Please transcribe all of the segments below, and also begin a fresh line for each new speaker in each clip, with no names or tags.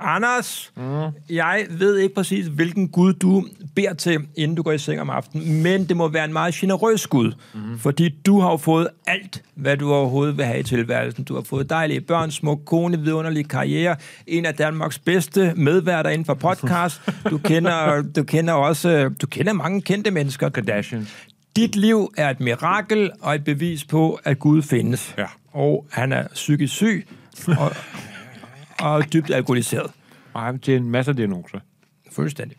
Anders, mm. jeg ved ikke præcis, hvilken Gud du beder til, inden du går i seng om aftenen, men det må være en meget generøs Gud, mm. fordi du har jo fået alt, hvad du overhovedet vil have i tilværelsen. Du har fået dejlige børn, smuk kone, vidunderlig karriere, en af Danmarks bedste medværter inden for podcast. Du kender, du kender også du kender mange kendte mennesker.
Kardashian.
Dit liv er et mirakel og et bevis på, at Gud findes.
Ja.
Og han er psykisk syg og, og dybt alkoholiseret.
Og ham til en masse diagnoser.
Fuldstændig.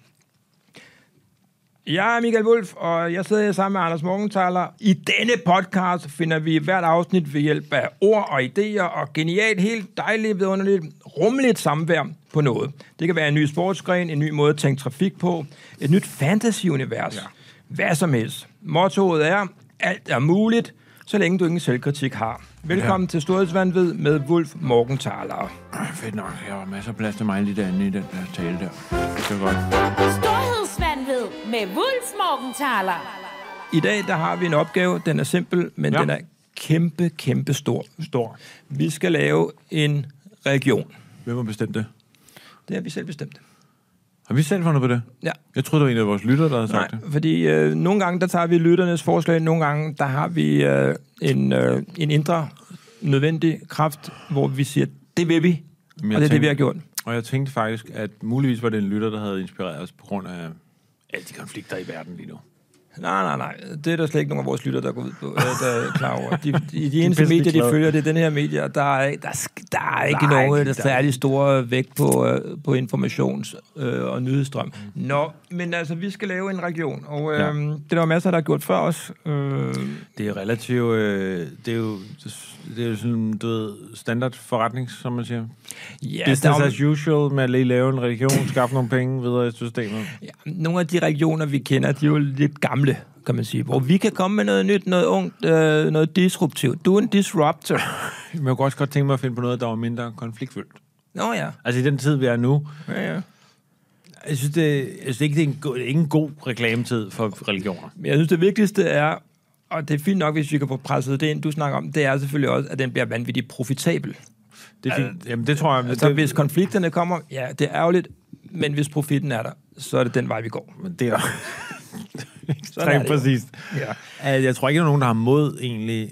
Jeg er Michael Wolf, og jeg sidder her sammen med Anders Morgenthaler. I denne podcast finder vi hvert afsnit ved hjælp af ord og idéer og genialt, helt dejligt, vidunderligt, rummeligt samvær på noget. Det kan være en ny sportsgren, en ny måde at tænke trafik på, et nyt fantasy-univers. Ja. Hvad som helst. Mottoet er, alt er muligt, så længe du ingen selvkritik har. Velkommen ja. til Storhedsvandvid med Wolf Morgenthaler.
Ah, Fedt nok, jeg var masser af plads til mig lige derinde i den der tale der. Det var godt.
Storhedsvandved med Wulf Morgenthaler.
I dag der har vi en opgave. Den er simpel, men ja.
Ja.
den er kæmpe, kæmpe stor.
Stor.
Vi skal lave en region.
Hvem har bestemt det?
Det har vi selv bestemt.
Har vi selv fundet på det?
Ja.
Jeg troede, det var en af vores lyttere, der havde
Nej,
sagt det.
fordi øh, nogle gange, der tager vi lytternes forslag, nogle gange, der har vi øh, en, øh, en indre nødvendig kraft, hvor vi siger, det vil vi, og
Men
det
jeg
er det, vi
tænker-
har gjort.
Og jeg tænkte faktisk, at muligvis var det en lytter, der havde inspireret os på grund af alle de konflikter i verden lige nu.
Nej, nej, nej. Det er der slet ikke nogen af vores lytter, der går ud på, øh, der er klar over. De, de, de eneste
pisse
medier, de
ligeglade.
følger, det er den her medie, og der er, der, er sk- der er ikke
Nej,
nogen der er
der-
særlig store vægt på, øh, på informations- øh, og nyhedsstrøm. Nå, men altså, vi skal lave en region, og øh,
Ja.
det er der jo masser, der har gjort før os. Øh,
Det er relativt... Øh, det er jo det er jo sådan, du ved, standard forretning, som man siger.
ja,
Ja,
der er
Business
jo-
as usual med at lige lave en religion, skaffe nogle penge videre i systemet.
Ja, nogle af de regioner, vi kender, de er jo lidt gamle, kan man sige. Hvor vi kan komme med noget nyt, noget ungt, øh, noget disruptivt. Du er en disruptor.
Men jeg kunne også godt tænke mig at finde på noget, der var mindre konfliktfyldt.
Nå ja.
Altså i den tid, vi er nu.
ja, ja.
Jeg synes, det, jeg synes ikke, det er en god, ikke en god reklametid for religioner.
Men jeg synes, det vigtigste er, og det er fint nok, hvis vi kan få presset det ind, du snakker om, det er selvfølgelig også, at den bliver vanvittigt profitabel.
Det, er fint. Jamen, det tror jeg...
Altså,
det,
hvis konflikterne kommer, ja, det er ærgerligt, men hvis profitten er der, så er det den vej, vi går.
Men det er
Sådan er
ekstremt
det jo.
præcist.
Ja.
Altså, Jeg tror ikke, der er nogen, der har mod egentlig.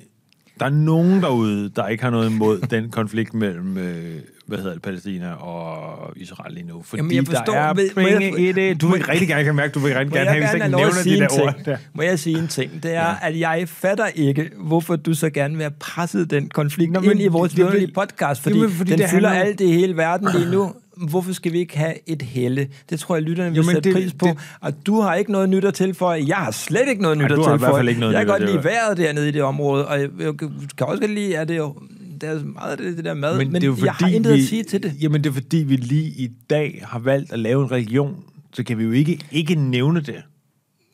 Der er nogen derude, der ikke har noget imod den konflikt mellem, øh, hvad hedder det, Palæstina og Israel lige nu. Fordi
Jamen, jeg forstår-
der er
Må jeg- må jeg-
penge i det. Du vil rigtig gerne, jeg kan mærke, du vil rigtig
Må
gerne
jeg
have, hvis
gerne
jeg ikke
have lov at
nævner
sige
de
en
der ord.
ting?
Der.
Må jeg sige en ting? Det er, ja. at jeg fatter ikke, hvorfor du så gerne vil have presset den konflikt Nå,
men
ind i vores
det vil-
vidunderlige podcast, fordi,
Jamen,
fordi
fordi
den
det
fylder
handler om-
alt i hele verden lige nu. Hvorfor skal vi ikke have et helle? Det tror jeg, lytterne vil
Jamen,
sætte
det-
pris på. Det,
det-
og du har ikke noget nyt at tilføje. Jeg har slet ikke noget nyt
du
at
har i
tilføje.
hvert fald ikke noget
jeg
nyt
kan
at
godt lide
tilføje.
vejret dernede i det område, og jeg, jeg kan også godt lide, at det er jo der er meget af det, det der mad, men, men det er jeg har intet
vi,
at sige til det.
Jamen, det er fordi, vi lige i dag har valgt at lave en religion, så kan vi jo ikke, ikke nævne det.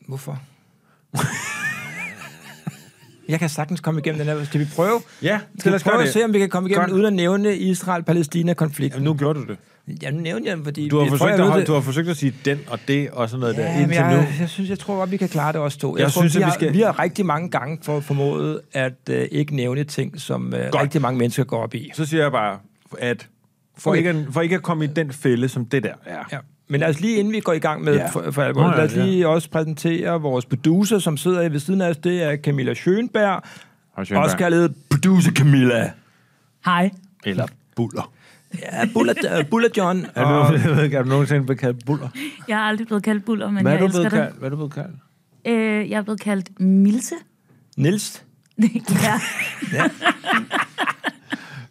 Hvorfor? jeg kan sagtens komme igennem den her. Skal vi prøve?
Ja,
skal
lad
vi
os gøre
prøve at
det.
se, om vi kan komme igennem
Godt.
uden at nævne Israel-Palæstina-konflikten?
Jamen, nu gjorde du det.
Ja, nu nævnte jeg den, fordi...
Du har,
jeg tror,
forsøgt,
jeg
at,
ved
holde-
det.
du har forsøgt at sige den og det og sådan noget ja, der
Ja, men
indtil nu.
jeg, jeg, synes, jeg tror godt, vi kan klare det også to. Jeg,
Jeg
tror, vi,
synes, at vi
har,
skal-
vi har rigtig mange gange for, formået at øh, ikke nævne ting, som øh,
Godt.
rigtig mange mennesker går op i.
Så siger jeg bare, at for,
Okay.
okay. ikke, at, for ikke at komme i den fælde, som det der er.
Ja. Men lad os lige, inden vi går i gang med ja.
Ja.
for, for alvor,
Nå ja,
lad os
ja.
lige også præsentere vores producer, som sidder ved siden af os. Det er Camilla Schönberg,
Hej, Schønberg.
også kaldet Producer Camilla.
Hej.
Eller buller.
Ja, Buller, øh, Buller John.
Er du,
Og,
jeg ved ikke, er du nogensinde blevet kaldt buller?
Jeg er aldrig blevet kaldt buller, men
Hvad er,
jeg
du
elsker
blevet
det.
kaldt? Hvad er du blevet kaldt?
Øh, jeg er blevet kaldt Milse.
Nils.
ja.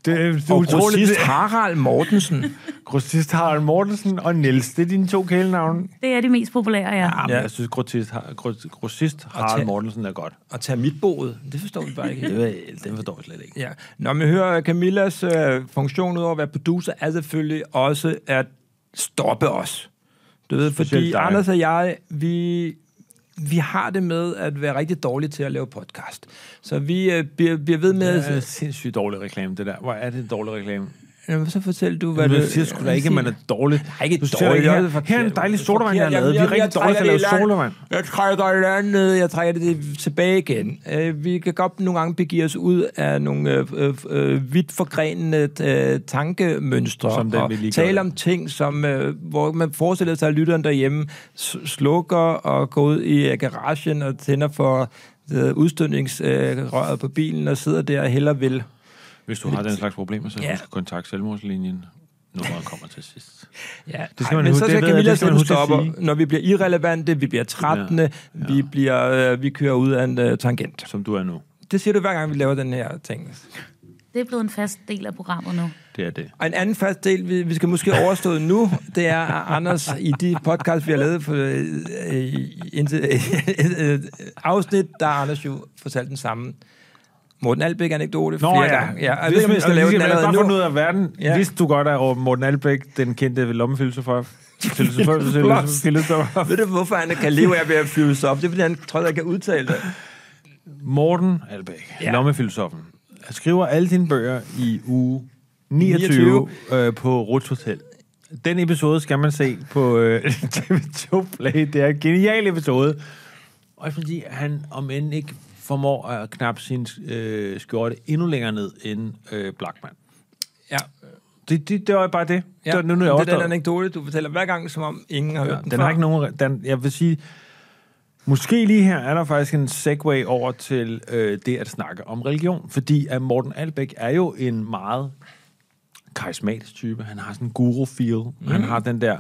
Det er, det
Og grossist Harald Mortensen.
Grossist Harald Mortensen og Niels, det er dine to kælenavne.
Det er det mest populære, ja.
Ja,
Ja.
ja. jeg synes, grossist, Har- gros- grossist Harald Mortensen er godt.
Og tage mit boet. Det forstår vi bare ikke. helt.
Det, den forstår jeg slet ikke.
Ja. Nå, men hør, Camillas øh, funktion udover at være producer, er selvfølgelig også at stoppe os. Du ved, fordi
Specielt dig.
Anders og jeg, vi, vi har det med at være rigtig dårlige til at lave podcast. Så vi øh, bliver, bliver ved med...
Det er
at-
sindssygt dårlig reklame, det der. Hvor er det en dårlig reklame?
Jamen, så fortæl du, hvad
Men
du...
jeg siger sgu da ikke, at man er dårlig.
Nej, ikke
Du siger
dårlig.
ikke,
Jeg
Her, her er en dejlig sodavand, jeg har
Jamen,
lavet. Vi er
jeg- jeg
rigtig dårlige til at
trækker det i land.
lave sodavand.
Jeg trækker dig andet, jeg trækker det tilbage igen. Øh, vi kan godt nogle gange begive os ud af nogle øh, øh, øh, vidt forgrenede øh, tankemønstre.
Som den,
og
vi lige gør.
tale om ting, som, øh, hvor man forestiller sig, at lytteren derhjemme s- slukker og går ud i øh, garagen og tænder for øh, udstødningsrøret øh, på bilen og sidder der og heller vil.
Hvis du har den slags problemer, så
Ja.
ja. husk kontakt selvmordslinjen. Nummeret kommer til sidst.
Ja,
Det skal
ej,
man
men
huske-
så
det
skal
ved jeg,
Camilla
det skal
selv
man huske at
stoppe,
sige.
når vi bliver irrelevante, vi bliver trættende, ja, ja. vi bliver, øh, vi kører ud af en øh, tangent.
Som du er nu.
Det siger du hver gang, vi laver den her ting.
Det er blevet en fast del af programmet nu.
Det er det.
Og en anden fast del, vi, vi skal måske overstå nu, det er, at Anders, i de podcast, vi har lavet for, øh, øh, indtil, øh, øh, afsnit, der har Anders jo fortalt den samme Morten Albæk-anekdote flere gange. Ja, jeg ved ikke, om vi skal lave den allerede
bare
nu.
fundet ud af verden.
Ja.
Ja. Vidste du godt, at Råben Morten Albæk, den kendte lommefilosofer, filosofer, filosofer, filosofer,
Ved du, hvorfor han kan leve af ved at flyve sig op? Det er, fordi han tror, jeg kan udtale det.
Morten Albæk,
Ja.
ja. lommefilosofen, skriver alle sine bøger i uge 29, 29. Øh, på Ruts Hotel. Den episode skal man se på øh, TV2 Play. Det er en genial episode. Også fordi han om end ikke formår at knappe sin øh, skjorte endnu længere ned end øh, Blackman.
Ja.
Det, det, det var bare det. Ja. Det var nu, nu er jeg
det er den
overstået.
anekdote, du fortæller hver gang, som om ingen har hørt den,
Den
før.
har ikke nogen... Den, jeg vil sige... Måske lige her er der faktisk en segue over til øh, det at snakke om religion, fordi at Morten Albæk er jo en meget karismatisk type. Han har sådan en guru-feel. Mm. Han har den der,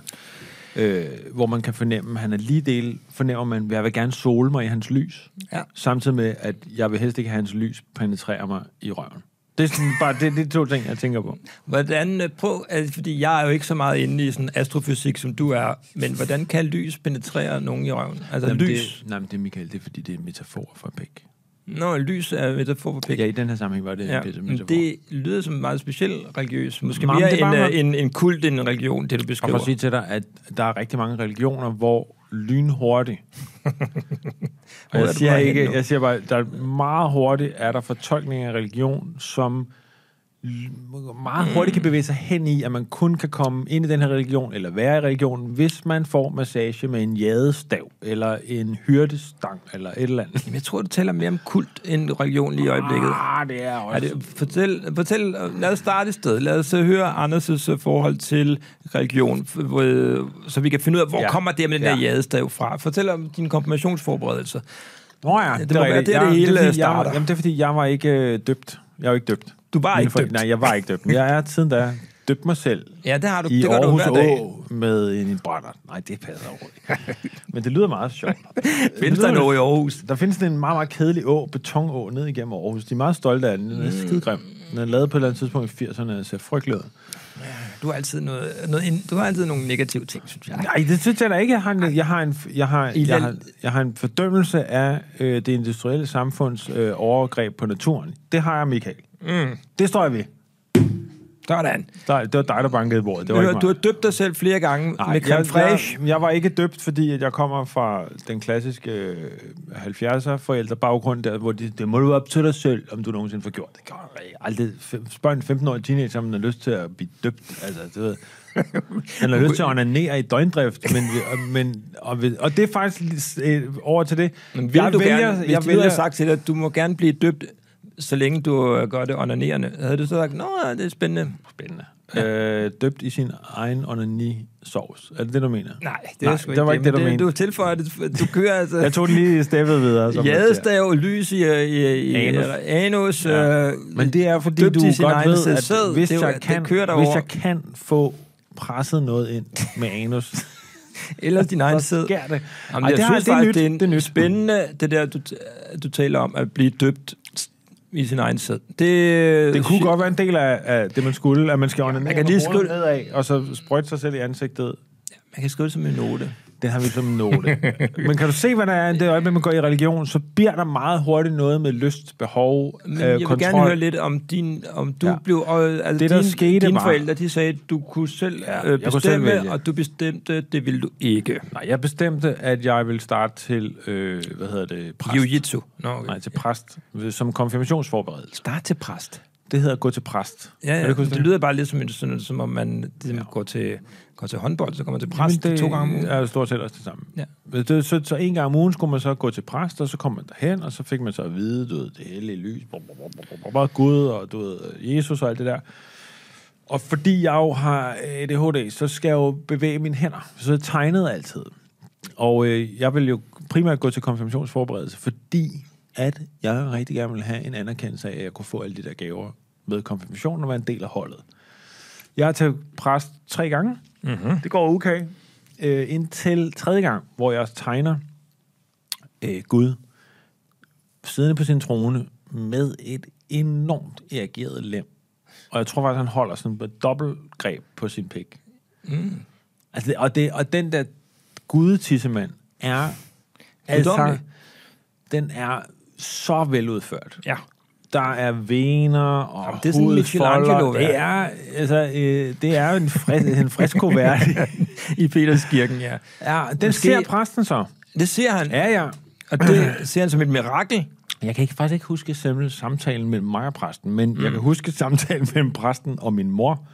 øh, hvor man kan fornemme, han er lige del, fornemmer man, jeg vil gerne sole mig i hans lys,
Ja.
samtidig med, at jeg vil helst ikke have hans lys penetrere mig i røven. Det er sådan, bare det, det er to ting, jeg tænker på.
Hvordan, øh, prøv, altså, fordi jeg er jo ikke så meget inde i sådan astrofysik, som du er, men hvordan kan lys penetrere nogen i røven? Altså
Jamen,
lys.
Det, nej, men det er Michael, det er fordi, det er en metafor for Bæk.
Det... Nå, lys er metafor for pik.
Ja, i den her sammenhæng var det ja,
Ja,
en pisse
men
metafor.
det lyder som meget speciel religiøs. Måske
Jamen,
mere
det er
en,
bare
øh, en, en kult end en religion, det du
Og
beskriver.
for at sige til dig, at der er rigtig mange religioner, hvor lynhurtigt...
er
og jeg
du
siger,
på vej hen
ikke,
nu?
jeg siger bare, der er meget hurtigt er der fortolkning af religion, som l-
Mm.
meget hurtigt kan bevæge sig hen i, at man kun kan komme ind i den her religion, eller være i religionen, hvis man får massage med en jadestav, eller en hyrdestang, eller et eller andet.
Jamen, jeg tror, du taler mere om kult end religion lige i øjeblikket.
Ah, det er
Er
også...
det, fortæl, fortæl, lad os starte et sted. Lad os øh, høre Anders' forhold til religion, f- hvor, øh, så vi kan finde ud af, hvor ja.
Ja.
kommer det med den ja.
Ja.
der jadestav fra. Fortæl om dine konfirmationsforberedelser.
Nå ja,
det
er
må være
rigtigt.
der, det
Jeg-
hele
er fordi, jeg-
starter.
Jamen, det er fordi, jeg var ikke øh, døbt. Jeg er jo ikke døbt.
Du var
Mine
ikke
forældre-
døbt.
Nej, jeg var ikke døbt. Men Jeg er siden da døbt mig selv
Ja, det har du.
i
det gør
Aarhus
du hver dag.
Å med en brænder. Nej, det passer overhovedet ikke. Men det lyder meget sjovt.
Findes der noget i Aarhus?
Der findes sådan en meget, meget kedelig å, betonå, ned igennem Aarhus. De er meget stolte af den. Den
Mm.
er skidegrim. Den er lavet på et eller andet tidspunkt i 80'erne, og ser frygtelig ud.
Du har altid, noget, noget, du har altid nogle negative ting, synes jeg.
Nej, det synes jeg da ikke. Jeg har en, jeg har en, jeg har,
I
jeg
den-
har, jeg har en fordømmelse af øh, det industrielle samfunds øh, overgreb på naturen. Det har jeg, Michael. Mm. Det står jeg ved.
Sådan.
Der, det var dig, der bankede i bordet. Det var ikke
Du,
mig.
du har døbt dig selv flere gange Nej, med creme fraiche.
Jeg, jeg var ikke døbt, fordi at jeg kommer fra den klassiske øh, 70'er forældrebaggrund, der, hvor det, det må du op til dig selv, om du nogensinde får gjort det. Kan du aldrig fem- spørg en 15-årig teenager, om han har lyst til at blive døbt. Altså, det ved, han har lyst til at onanere i døgndrift, men, men, og, ved- og det er faktisk lidt, øh, over til det.
Men vil du gerne, hvis jeg de vælger... havde sagt til dig, at du må gerne blive døbt, så længe du øh, gør det onanerende, havde du så sagt, nå, ja, det er spændende.
Spændende. Ja. Øh, døbt i sin egen onani-sovs. Er det det, du mener?
Nej, det,
Nej,
er sgu
det var ikke det, du mente.
Du tilføjer det. Du kører altså...
Jeg tog den lige steppet videre. som man siger.
Jadestav, lys i, i, i
Anus.
anus
Ja.
øh,
Men det er fordi,
dybt
du
i
godt
sin egen
ved, at
sæd.
hvis,
Det er jo-
jeg
det
kan,
kører
hvis
derover.
jeg kan få presset noget ind med anus,
eller din egen
så
sæd.
sker det.
Jamen,
Ej,
jeg det,
har-
synes det, faktisk, det er en
det er nyt.
spændende, det der, du, t- du taler om, at blive døbt i sin egen sæd. Det,
Det kunne godt være en del af, af det, man skulle, at man skal
man
ordne
kan lige skrive-
nedad, og så sprøjte sig selv i ansigtet.
Man kan skrive det som en note.
Det har vi som en note. Men kan du se, hvad der er i det øjeblik, man går i religion, så bliver der meget hurtigt noget med lyst, behov,
Men
øh,
jeg vil
kontrol.
gerne høre lidt om din, om du ja.
Ja.
blev, øh, altså
Det, der
din,
skete
dine
var-
forældre, de sagde, at du kunne selv
Ja,
øh,
jeg kunne selv
bestemme,
vælge.
og du bestemte, det ville du ikke.
Nej, jeg bestemte, at jeg ville starte til, øh, hvad hedder det, præst.
Jiu-jitsu. Nå, okay.
Nej, til præst, som konfirmationsforberedelse.
Start til præst.
Det hedder gå til præst.
Ja,
Kan
ja.
du
Det,
ikke huske
det lyder bare lidt som, en- sådan, som om man ligesom, ja. går, til, går til håndbold, så kommer til præst
Jamen,
det, to gange om ugen.
er jo stort set også det samme.
Ja.
Men Det, så, så en gang om ugen skulle man så gå til præst, og så kom man derhen, og så fik man så at vide, du ved, det hellige lys, blah, blah, blah, blah, blah, blah, Gud og du ved, Jesus og alt det der. Og fordi jeg jo har ADHD, så skal jeg jo bevæge mine hænder. Så jeg tegnede altid. Og øh, jeg ville jo primært gå til konfirmationsforberedelse, fordi at jeg rigtig gerne ville have en anerkendelse af, at jeg kunne få alle de der gaver ved konfirmationen og være en del af holdet. Jeg har til præst tre gange. Mm-hmm.
Mhm.
Det går okay. Øh, indtil tredje gang, hvor jeg tegner øh, Gud siddende på sin trone med et enormt erigeret lem. Og jeg tror faktisk, han holder sådan et dobbelt greb på sin pik. Mm. Altså, det- og, det, og den der gudetissemand er... Altså,
Guddommelig.
den er så veludført.
Ja.
Der er vener og
Jamen,
Jamen,
det er sådan Michelangelo,
Det
ja.
er, altså, øh, det er jo en, fris, en freskoværk.
I Peterskirken, ja.
ja, den
Måske-
Måske... ser præsten så.
Det ser han, ja.
Ja, ja.
og det ser han som et mirakel.
Jeg kan ikke, faktisk ikke huske selve samtalen mellem mig og præsten, men mm. jeg kan huske samtalen mellem præsten og min mor.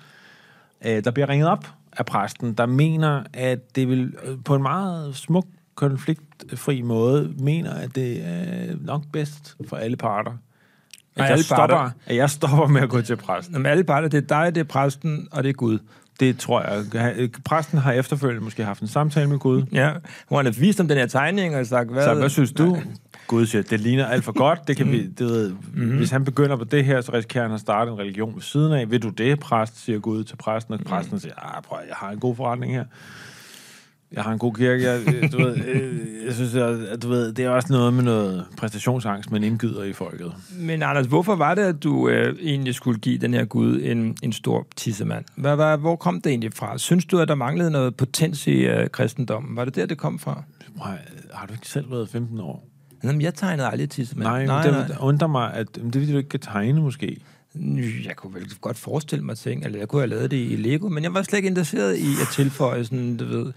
Øh, der bliver ringet op af præsten, der mener, at det vil øh, på en meget smuk, konfliktfri måde, mener, at det er nok bedst for alle parter. At,
alle
jeg, stopper,
parter.
at jeg stopper med at gå til præsten.
Når alle parter, det er dig, det er præsten, og det er Gud.
Det tror jeg. Han- Præsten har efterfølgende måske haft en samtale med Gud.
Ja, hvor han har vist om den her tegning, og sagt, hvad...
Så hvad synes du? Gud siger, det ligner alt for godt. Det kan vi, det ved, mm-hmm. Hvis han begynder på det her, så risikerer han at starte en religion ved siden af. Vil du det, præst, siger Gud til præsten, og præsten siger, ah, prøv, at- jeg har en god forretning her. Jeg har en god kirke. Jeg, øh, du ved, øh, jeg synes, at, at du ved, det er også noget med noget præstationsangst, man indgyder i folket.
Men Anders, hvorfor var det, at du øh, egentlig skulle give den her Gud en, en stor tissemand? Hvad, hvad, hvor kom det egentlig fra? Synes du, at der manglede noget potens i øh, kristendommen? Var det der, det kom fra?
Prøv, at- har du ikke selv været 15 år?
Jamen, jeg tegnede aldrig tissemand.
nej, nej,
nej,
det,
nej.
det undrer mig, at jamen, det er, fordi du ikke kan tegne måske.
Jeg kunne vel godt forestille mig ting, eller jeg kunne have lavet det i Lego, men jeg var slet ikke interesseret i at tilføje sådan, du ved,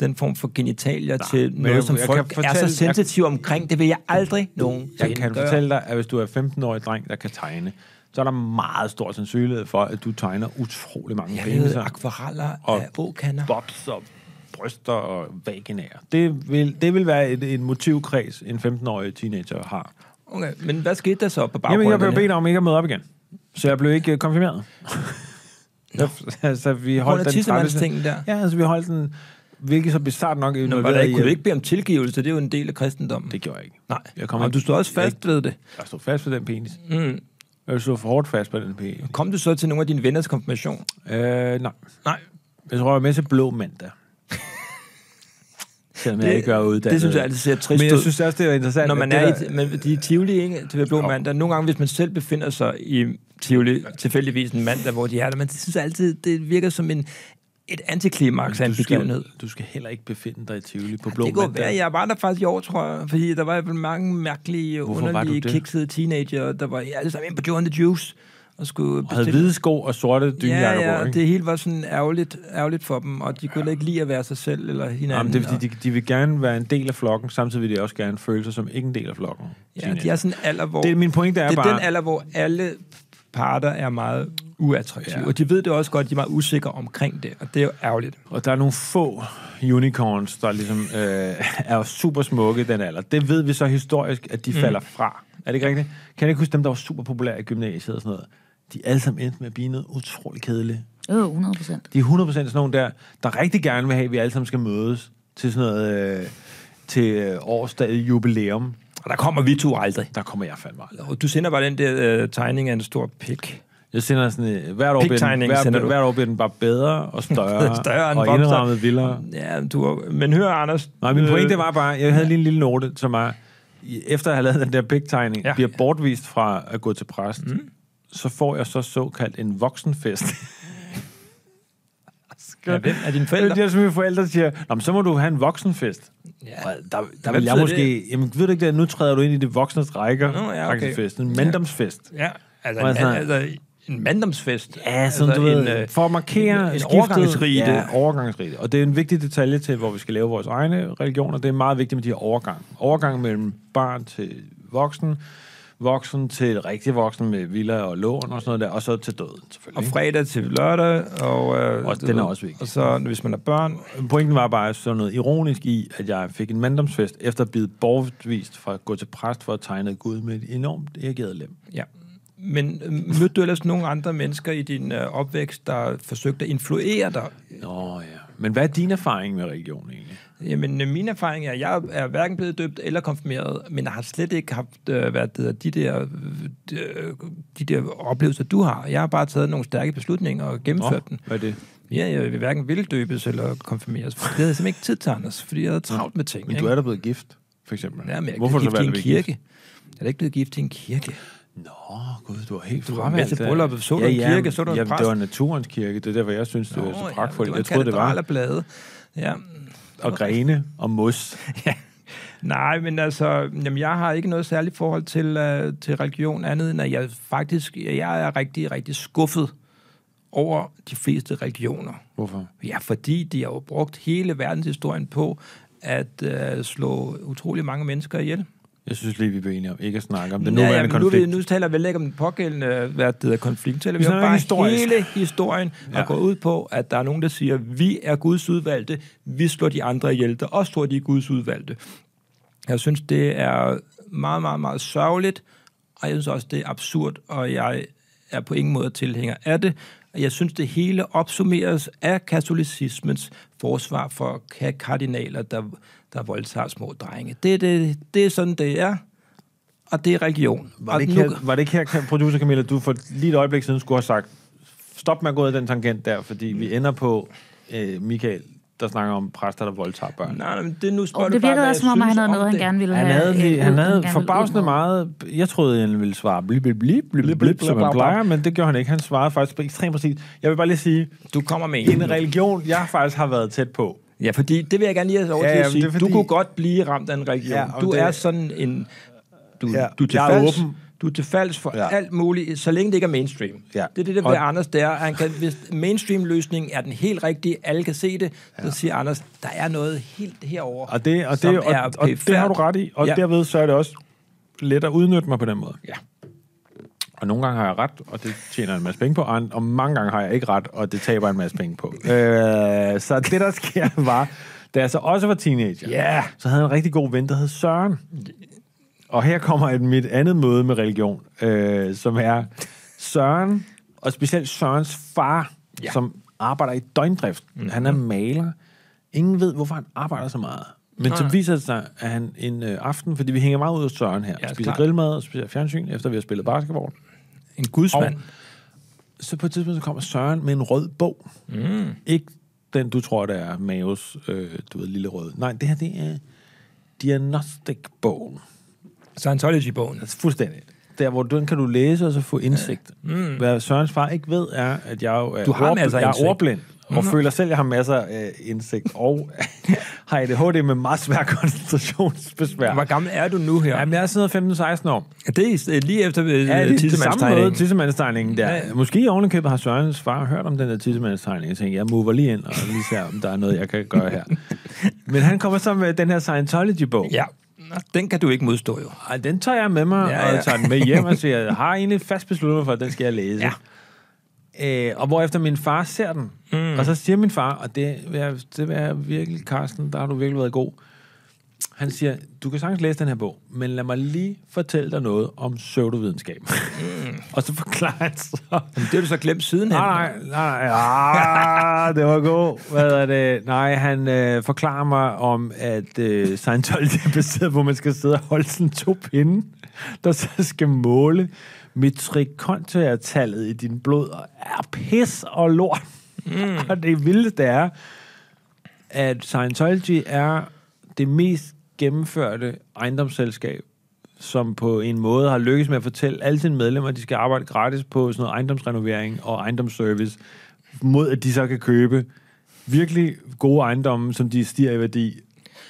den form for genitalier Nej, til
men
noget,
jeg-
som
jeg
folk
kan
er
fortælle-
så sensitive omkring. Det vil jeg aldrig nogen
Jeg kan fortælle dig, at hvis du er 15-årig dreng, der kan tegne, så er der meget stor sandsynlighed for, at du tegner utrolig mange
Jeg ved
peniser,
akvareller
Og-
af åkander.
bobs og bryster og vaginaer. Det vil, det vil være et, en motivkreds, en 15-årig teenager har.
Okay, men hvad skete der så på
Jamen,
baggrunden?
jeg blev
af det
bedt om ikke at møde op igen. Så jeg blev ikke øh, konfirmeret. Så- altså, vi
grund af
holdt den
tissemandstingen der?
Ja, altså, vi holdt den, hvilket så bizarrt nok
her? Nå, var
involverede
der ikke,
i,
kunne
at-
du ikke bede om tilgivelse? Det er jo en del af kristendommen.
Det gjorde jeg ikke.
Nej,
Jeg kom
og
ikke-
du stod også fast ved det.
Jeg stod fast på den penis.
Mm.
Jeg stod for hårdt fast på den penis.
Kom du så til nogle af dine venners konfirmation?
Øh, nej.
Nej,
Jeg tror, jeg er med til blå mandag. Selvom jeg
Det-
ikke er uddannet.
det synes jeg altid ser trist
Men jeg
ud.
synes også, det er interessant.
Når
at
man
det
er
der-
i, men de er tivoli, ikke? Til Blå Mandag. Nogle gange, hvis man selv befinder sig i Tivoli, tilfældigvis en mandag, hvor de er der, men det synes jeg altid, det virker som en, et antiklimaks af en
du
begivenhed.
skal, du skal heller ikke befinde dig i Tivoli på blå
Det kunne
mandag.
være, jeg var der faktisk i år, tror jeg, fordi der var i hvert fald mange mærkelige,
Hvorfor var du
underlige,
det?
kiksede teenager, der var alle sammen ind på Joe and the Juice, og skulle
Og havde hvide sko og sorte dynjakker
ja,
på,
ja,
ikke?
det hele var sådan ærgerligt, ærgerligt for dem, og de kunne ja. ikke lide at være sig selv eller hinanden.
Jamen, det er fordi, de, de vil gerne være en del af flokken, samtidig vil de også gerne føle sig som ikke en del af flokken.
og, ja, de er sådan en alder, hvor...
det er min pointe er
det er
bare...
den alder, hvor alle parter er meget uattraktive. Ja.
Ja.
Og de ved det også godt, de er meget usikre omkring det, og det er jo ærgerligt.
Og der er nogle få unicorns, der ligesom øh, er super smukke i den alder. Det ved vi så historisk, at de mm. falder fra. Er det ikke rigtigt? Kan jeg ikke huske dem, der var super populære i gymnasiet og sådan noget? De er alle sammen endt med at blive noget utrolig kedelige.
Øh, 100 procent.
De er 100% sådan nogle der, der rigtig gerne vil have, at vi alle sammen skal mødes til sådan noget... Øh, til øh, årsdag jubilæum.
Og der kommer vi to aldrig.
Der kommer jeg fandme aldrig.
Og du sender bare den der øh, tegning af en stor pik.
Jeg sender sådan øh, hvert år, bliver den,
Pigtegning sender
hvert,
du.
hvert år bliver den bare bedre og større,
Større end
og
Bobster.
indrammet vildere.
Ja, du, er- men hør, Anders.
Nej, min pointe var bare, jeg havde lige en lille note, som var, i- efter at have lavet den der pigtegning,
Ja.
ja. bliver bortvist fra at gå til præst, mm. så får jeg så såkaldt en voksenfest.
øh, Ja, hvem er dine
det er
forældre?
det, som mine forældre siger, Nå, men så må du have en voksenfest.
Ja.
Og der, der
Hvad
vil jeg
betyder
måske... Jamen, ved du ikke det? Nu træder du ind i det voksnes rækker.
Nå, ja, okay.
faktisk, En manddomsfest.
Ja, altså,
Hvad
en,
snakker-
altså en manddomsfest.
Ja, sådan altså,
altså,
du ved,
En, øh,
for at markere
en- en
skiftet-
overgangsrite.
Ja, overgangsrite. Og det er en vigtig detalje til, hvor vi skal lave vores egne religioner. Det er meget vigtigt med de her overgang. Overgang mellem barn til voksen, voksen til rigtig voksen med villa og lån og sådan noget der, og så til døden selvfølgelig.
Og
ikke?
fredag til lørdag. Og, øh,
Også-
du
den er
ved,
også vigtig.
Og så hvis man er børn.
Pointen var bare, at sådan noget ironisk i, at jeg fik en manddomsfest efter at blive bortvist fra at gå til præst for at tegne et Gud med et enormt erigeret lem.
Ja. Men øh, mødte du ellers nogle andre mennesker i din øh, opvækst, der forsøgte at influere dig?
Nå ja. Men hvad er din erfaring med religion egentlig?
Jamen, øh, min erfaring er, at jeg er hverken blevet døbt eller konfirmeret, men har slet ikke haft øh, hvad det hedder, de, der, øh, de, øh, de der oplevelser, du har. Jeg har bare taget nogle stærke beslutninger og gennemført dem.
hvad er det?
Ja, jeg vil hverken ville døbes eller konfirmeres, for det havde jeg simpelthen ikke tid til, Anders, fordi jeg havde travlt med ting.
Men
ikke?
du er da blevet gift, for eksempel.
Ja, men jeg
Hvorfor
Hvorfor
er du
gift i en
blevet gift?
kirke. Jeg er da ikke blevet gift i en kirke.
Nå, gud, du har helt
Du var
fravalgt
med til
det.
brylluppet. Så du en kirke? Så du en
jamen,
præst?
det var naturens kirke. Det er derfor, jeg synes, det var så pragtfuldt. jeg troede, det var.
Af blade. Ja.
Og grene og mos.
ja. Nej, men altså, jamen, jeg har ikke noget særligt forhold til, øh, til religion andet, end at jeg faktisk jeg er rigtig, rigtig skuffet over de fleste religioner.
Hvorfor?
Ja, fordi de har jo brugt hele verdenshistorien på at øh, slå utrolig mange mennesker ihjel.
Jeg synes lige, vi blev enige om ikke at snakke om den
Ja,
nuværende
men nu, er
konflikt.
vi, nu taler vi ikke om den pågældende hvad det hedder, konflikt, taler vi,
Vi
om
snakker
bare
historisk.
hele historien ja. og går ud på, at der er nogen, der siger, vi er Guds udvalgte, vi slår de andre ihjel, der også tror, de er Guds udvalgte. Jeg synes, det er meget, meget, meget sørgeligt, og jeg synes også, det er absurd, og jeg er på ingen måde tilhænger af det. Og Jeg synes, det hele opsummeres af katolicismens forsvar for ka- kardinaler, der, der voldtager små drenge. Det, er det, det er sådan, det er, og det er religion.
Var
Og
det, ikke
nu-
her, var det ikke her, producer Camilla, du for lige et øjeblik siden skulle have sagt, stop med at gå ud af den tangent der, fordi
Mm.
vi ender på øh, Michael, der snakker om præster, der voldtager børn.
Nej, nej, men det nu spørger
Og
du
det
bare,
virkede
hvad
også, som om
jeg
han
synes
havde noget, han
det.
gerne ville
Han
have.
havde,
øh,
vi-
ud,
han havde
gerne ville
forbavsende
øh,
ud med.
meget... Jeg troede, han ville svare blip, blip, blip, blip, blip, som han plejer, men det gjorde han ikke. Han svarede faktisk ekstremt præcist. Jeg vil bare lige sige,
Du kommer med en.
en religion, jeg faktisk har været tæt på.
Ja, fordi det vil jeg gerne lige have lov til
Ja, ja,
at
men
sige.
det er
Du
fordi-
kunne godt blive ramt af en religion.
Ja,
Ja,
og
du
det-
det... er sådan en... Du,
Ja,
ja, du er til
jeg er
falsk.
åben.
Du er til falsk for
Ja.
ja. alt muligt, så længe det ikke er mainstream.
Ja.
Det er det, der
Og-
bliver Anders, det er, at han kan, hvis mainstream-løsningen er den helt rigtige, alle kan se det, ja. så siger Anders, der er noget helt herover.
Og det, og
som
det, og,
er
og det har du
perifert.
ret i, og ja.
Ja.
derved så er det også let at udnytte mig på den måde.
Ja.
Og nogle gange har jeg ret, og det tjener jeg en masse penge på, og, og mange gange har jeg ikke ret, og det taber jeg en masse penge på. øh, så det, der sker, var, da jeg så også var teenager,
Ja.
så havde jeg en rigtig god ven, der hed Søren. Og her kommer et, mit andet møde med religion, øh, som er Søren, og specielt Sørens far, ja.
Ja.
som arbejder i døgndrift. Mm-hmm. Han er maler. Ingen ved, hvorfor han arbejder så meget. Men så viser det sig, at han en øh, aften, fordi vi hænger meget ud hos Søren her, ja,
Ja,
spiser
klart.
grillmad og spiser fjernsyn, efter vi har spillet basketball.
En gudsmand.
Og så på et tidspunkt, så kommer Søren med en rød bog. Mm. Ikke den, du tror, der er Maves, øh, du ved, lille rød. Nej, det her, det er diagnostikbogen.
Scientology-bogen.
Altså fuldstændig. Der, hvor den kan du læse og så få indsigt. Mm. Hvad Sørens far ikke ved, er, at jeg jo er,
Du har
ordbl-
masser af
jeg er
indsigt. Mm-hmm.
ordblind. Og føler selv, at jeg har masser af øh, indsigt. Og har ADHD med meget svær koncentrationsbesvær.
Hvor gammel er du nu her?
Jamen, jeg er sådan noget 15-16 år.
Ja, det er øh, lige efter
Ja,
ja,
det er det samme måde, tissemandstegningen der.
Ja.
Måske i ovenikøbet har Sørens far hørt om den der tissemandstegning. Jeg tænkte, jeg mover lige ind og lige ser, om der er noget, jeg kan gøre her. Men han kommer så med den her Scientology-bog.
Ja, Nå, den kan du ikke modstå jo.
Ej, den tager jeg med mig, ja,
Ja,
ja.
ja.
og tager den med hjem og siger, jeg har egentlig fast besluttet mig for, at den skal jeg læse. Ja. Øh, og hvorefter min far ser den, mm. og så siger min far, og det vil, jeg, det vil jeg virkelig, Carsten, der har du virkelig været god. Han siger, du kan sagtens læse den her bog, men lad mig lige fortælle dig noget om pseudovidenskab. Mm. og så forklarer han så,
Men det har du så glemt sidenhen.
Nej, nej, nej. Ah, det var god. Hvad er det? Nej, han øh, forklarer mig om, at øh, Scientology er baseret på, at man skal sidde og holde sådan to pinde, der så skal måle mitokondriatallet i din blod. Og er pis og lort. Mm. og det vildeste er, at Scientology er det mest gennemførte ejendomsselskab, som på en måde har lykkes med at fortælle alle sine medlemmer, at de skal arbejde gratis på sådan noget ejendomsrenovering og ejendomsservice, mod at de så kan købe virkelig gode ejendomme, som de stiger i værdi.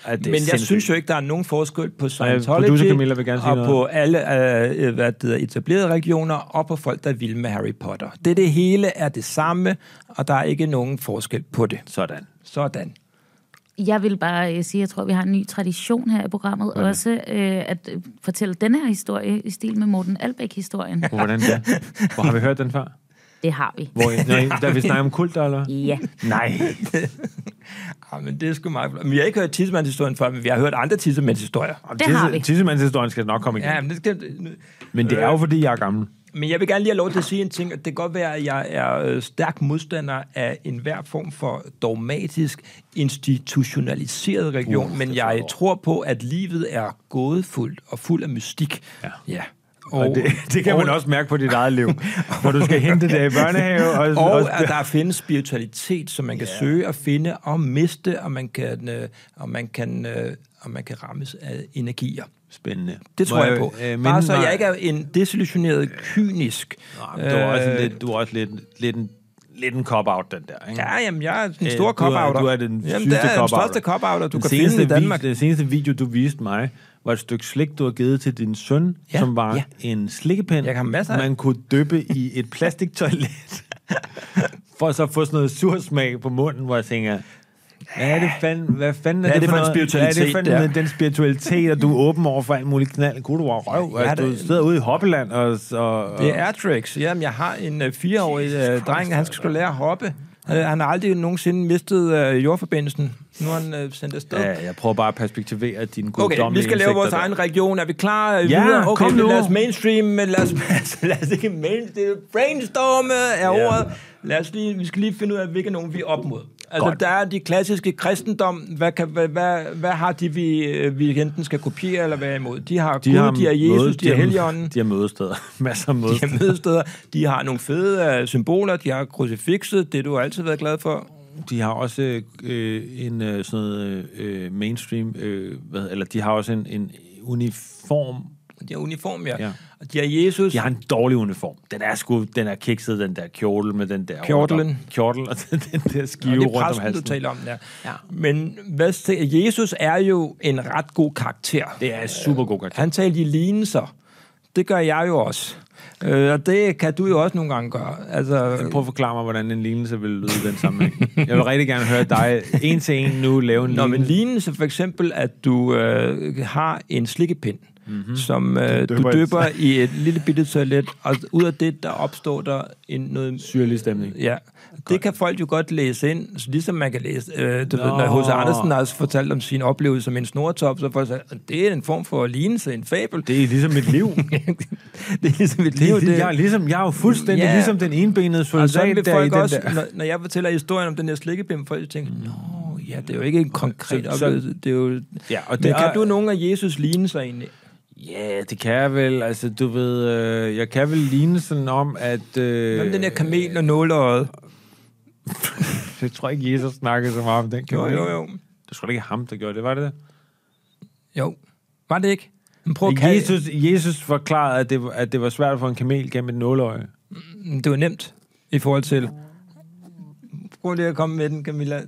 At det er
Men jeg
sindssygt.
synes jo ikke, der er nogen forskel på
producer
Scientology
Camilla vil gerne sige
og
noget.
på alle øh, hvad det hedder, etablerede regioner og på folk, der vil med Harry Potter. Det, det hele er det samme, og der er ikke nogen forskel på det.
Sådan.
Sådan.
Jeg vil bare øh, sige, at jeg tror, vi har en ny tradition her i programmet, okay. også øh, at øh, fortælle denne her historie i stil med Morten Albæk-historien.
Hvordan det? Hvor har vi hørt den før?
Det har vi.
Hvor, når, da vi snakker om kulter, eller? hvad?
Ja.
Nej.
Ja, Ah, men det er sgu meget flot. Men vi har ikke hørt tissemandshistorien før, men vi har hørt andre tissemandshistorier.
Det har vi.
Tissemandshistorien skal nok komme igen.
Ja, men det skal...
Men det er jo, fordi jeg er gammel.
Men jeg vil gerne lige have lov til at sige en ting. at Det kan godt være, at jeg er øh, stærk modstander af enhver form for dogmatisk, institutionaliseret religion, uh, men jeg tror på, at livet er gådefuldt og fuld af mystik.
Ja.
ja.
Og det, det kan man også mærke på dit eget liv, når du skal hente det i børnehave. Og,
Og,
og,
og at der findes spiritualitet, som man kan yeah. søge og finde og miste, og man kan, øh, og man kan, øh, og man kan rammes af energier.
spændende.
Det tror
Må
jeg, på.
øh, minde
Bare så
mig-
jeg ikke er en desillusioneret, kynisk...
Nej, men du er også, en
øh,
lidt, du er også lidt, lidt, en, lidt en cop-out, den der. Ikke?
Ja, jamen, jeg er den
Øh,
store
du er-
cop-outer.
du er den
Jamen,
sygeste
det er den
cop-outer.
største cop-outer, du
Den
kan finde i
seneste
Danmark.
Video, den seneste video, du viste mig, var et stykke slik, du har givet til din søn,
Ja,
ja, som var
ja.
ja. en slikkepind,
Jeg har masser af-
man kunne dyppe i et plastiktoilet, for så at få sådan noget sursmag på munden, hvor jeg tænker, hvad er det fanden, hvad fanden er,
Hvad er det for en
noget? Hvad er
spiritualitet,
det fanden
der?
med den spiritualitet, at du er åben over for alt muligt knald? Gud, du var røv.
Ja,
Ja, altså,
det-
du sidder ude i Hoppeland og... og
Det er tricks. Jamen, jeg har en øh, fireårig øh, dreng, han skal skulle lære at hoppe. Øh, han har aldrig nogensinde mistet øh, jordforbindelsen. Nu er han øh, sendt afsted.
Ja, jeg prøver bare at perspektivere dine guddommelige
Okay, vi skal lave vores
indsigter der.
egen region. Er vi klar øh,
Ja,
videre? Okay,
kom
men
nu.
lad os mainstream, men lad os, Altså, lad os ikke mainstream, brainstorme er
Ja.
ordet. Lad os lige, vi skal lige finde ud af, hvilke nogen vi er op mod. Altså,
Godt.
der er de klassiske kristendom. Hvad, kan, hvad, hvad, hvad har de, vi, øh, vi enten skal kopiere eller være imod? De har de Gud, har de har Jesus,
møde-
de har Helligånden.
De har mødesteder. Masser af
De
mødesteder.
har mødesteder, de har nogle fede øh, symboler, de har krucifixet, det du har altid været glad for.
De har også øh, en øh, sådan noget, øh, mainstream, øh, hvad, eller de har også en, en uniform.
De har uniform, ja. ja.
Ja.
Og de har Jesus.
De har en dårlig uniform. Den er sgu, den er kikset, den der kjortel med den der...
Kjortelen.
Kjortel og den, den der
Og
skive
det er
rundt om
præsten,
halsen.
du taler om, ja.
Ja.
Men hvad, se- Jesus er jo en ret god karakter.
Det er super god karakter.
Han talte i lignelser. Det gør jeg jo også. Øh, og det kan du jo også nogle gange gøre. Altså,
Prøv at forklare mig, hvordan en lignelse vil lyde i den sammenhæng. Jeg vil rigtig gerne høre dig en til en nu lave en
Nå, men
lignelse.
lignelse for eksempel, at du øh, har en slikkepind,
Mhm.
mm-hmm. som øh, du
døber i-
døber i et lille bitte toilet, og ud af det, der opstår der en, noget...
Syrlig stemning.
Ja, det kan folk jo godt læse ind, så ligesom man kan læse, øh, du ved,
Nå.
når H.C. Andersen har fortalt om sin oplevelse som en snortop, så har folk sagt, det er en form for lignelse, en fabel. Det,
Det er ligesom mit liv.
det er ligesom et
Det er
liv,
jo det. Jeg, er ligesom, jeg er jo fuldstændig
Ja.
ja. ligesom den enbenede
Og så
soldat
vil
der i den
folk også,
der.
når, når jeg fortæller historien om den her slikkebind, folk tænker, nå, ja, det er jo ikke en konkret
så-
oplevelse, det er jo...
Ja, og
Men
det
kan
er-
du nogen af Jesus ligne sig egentlig?
Ja, det kan jeg vel. Altså, du ved, øh, jeg kan vel ligne sådan om, at... Øh,
Hvem den her kamel og nåleøjet?
Jeg tror ikke, Jesus snakkede så meget om den.
Jo,
kamel.
jo, jo.
Det tror ikke ham, der gjorde det, var det det?
Jo. Var det ikke? Men prøv at
Okay.
kalde...
Jesus, Jesus forklarede, at det, var- at det var svært for en kamel gennem et nåløje.
Mm, Det var nemt i forhold til... Prøv lige at komme med den, Camilla.
Jeg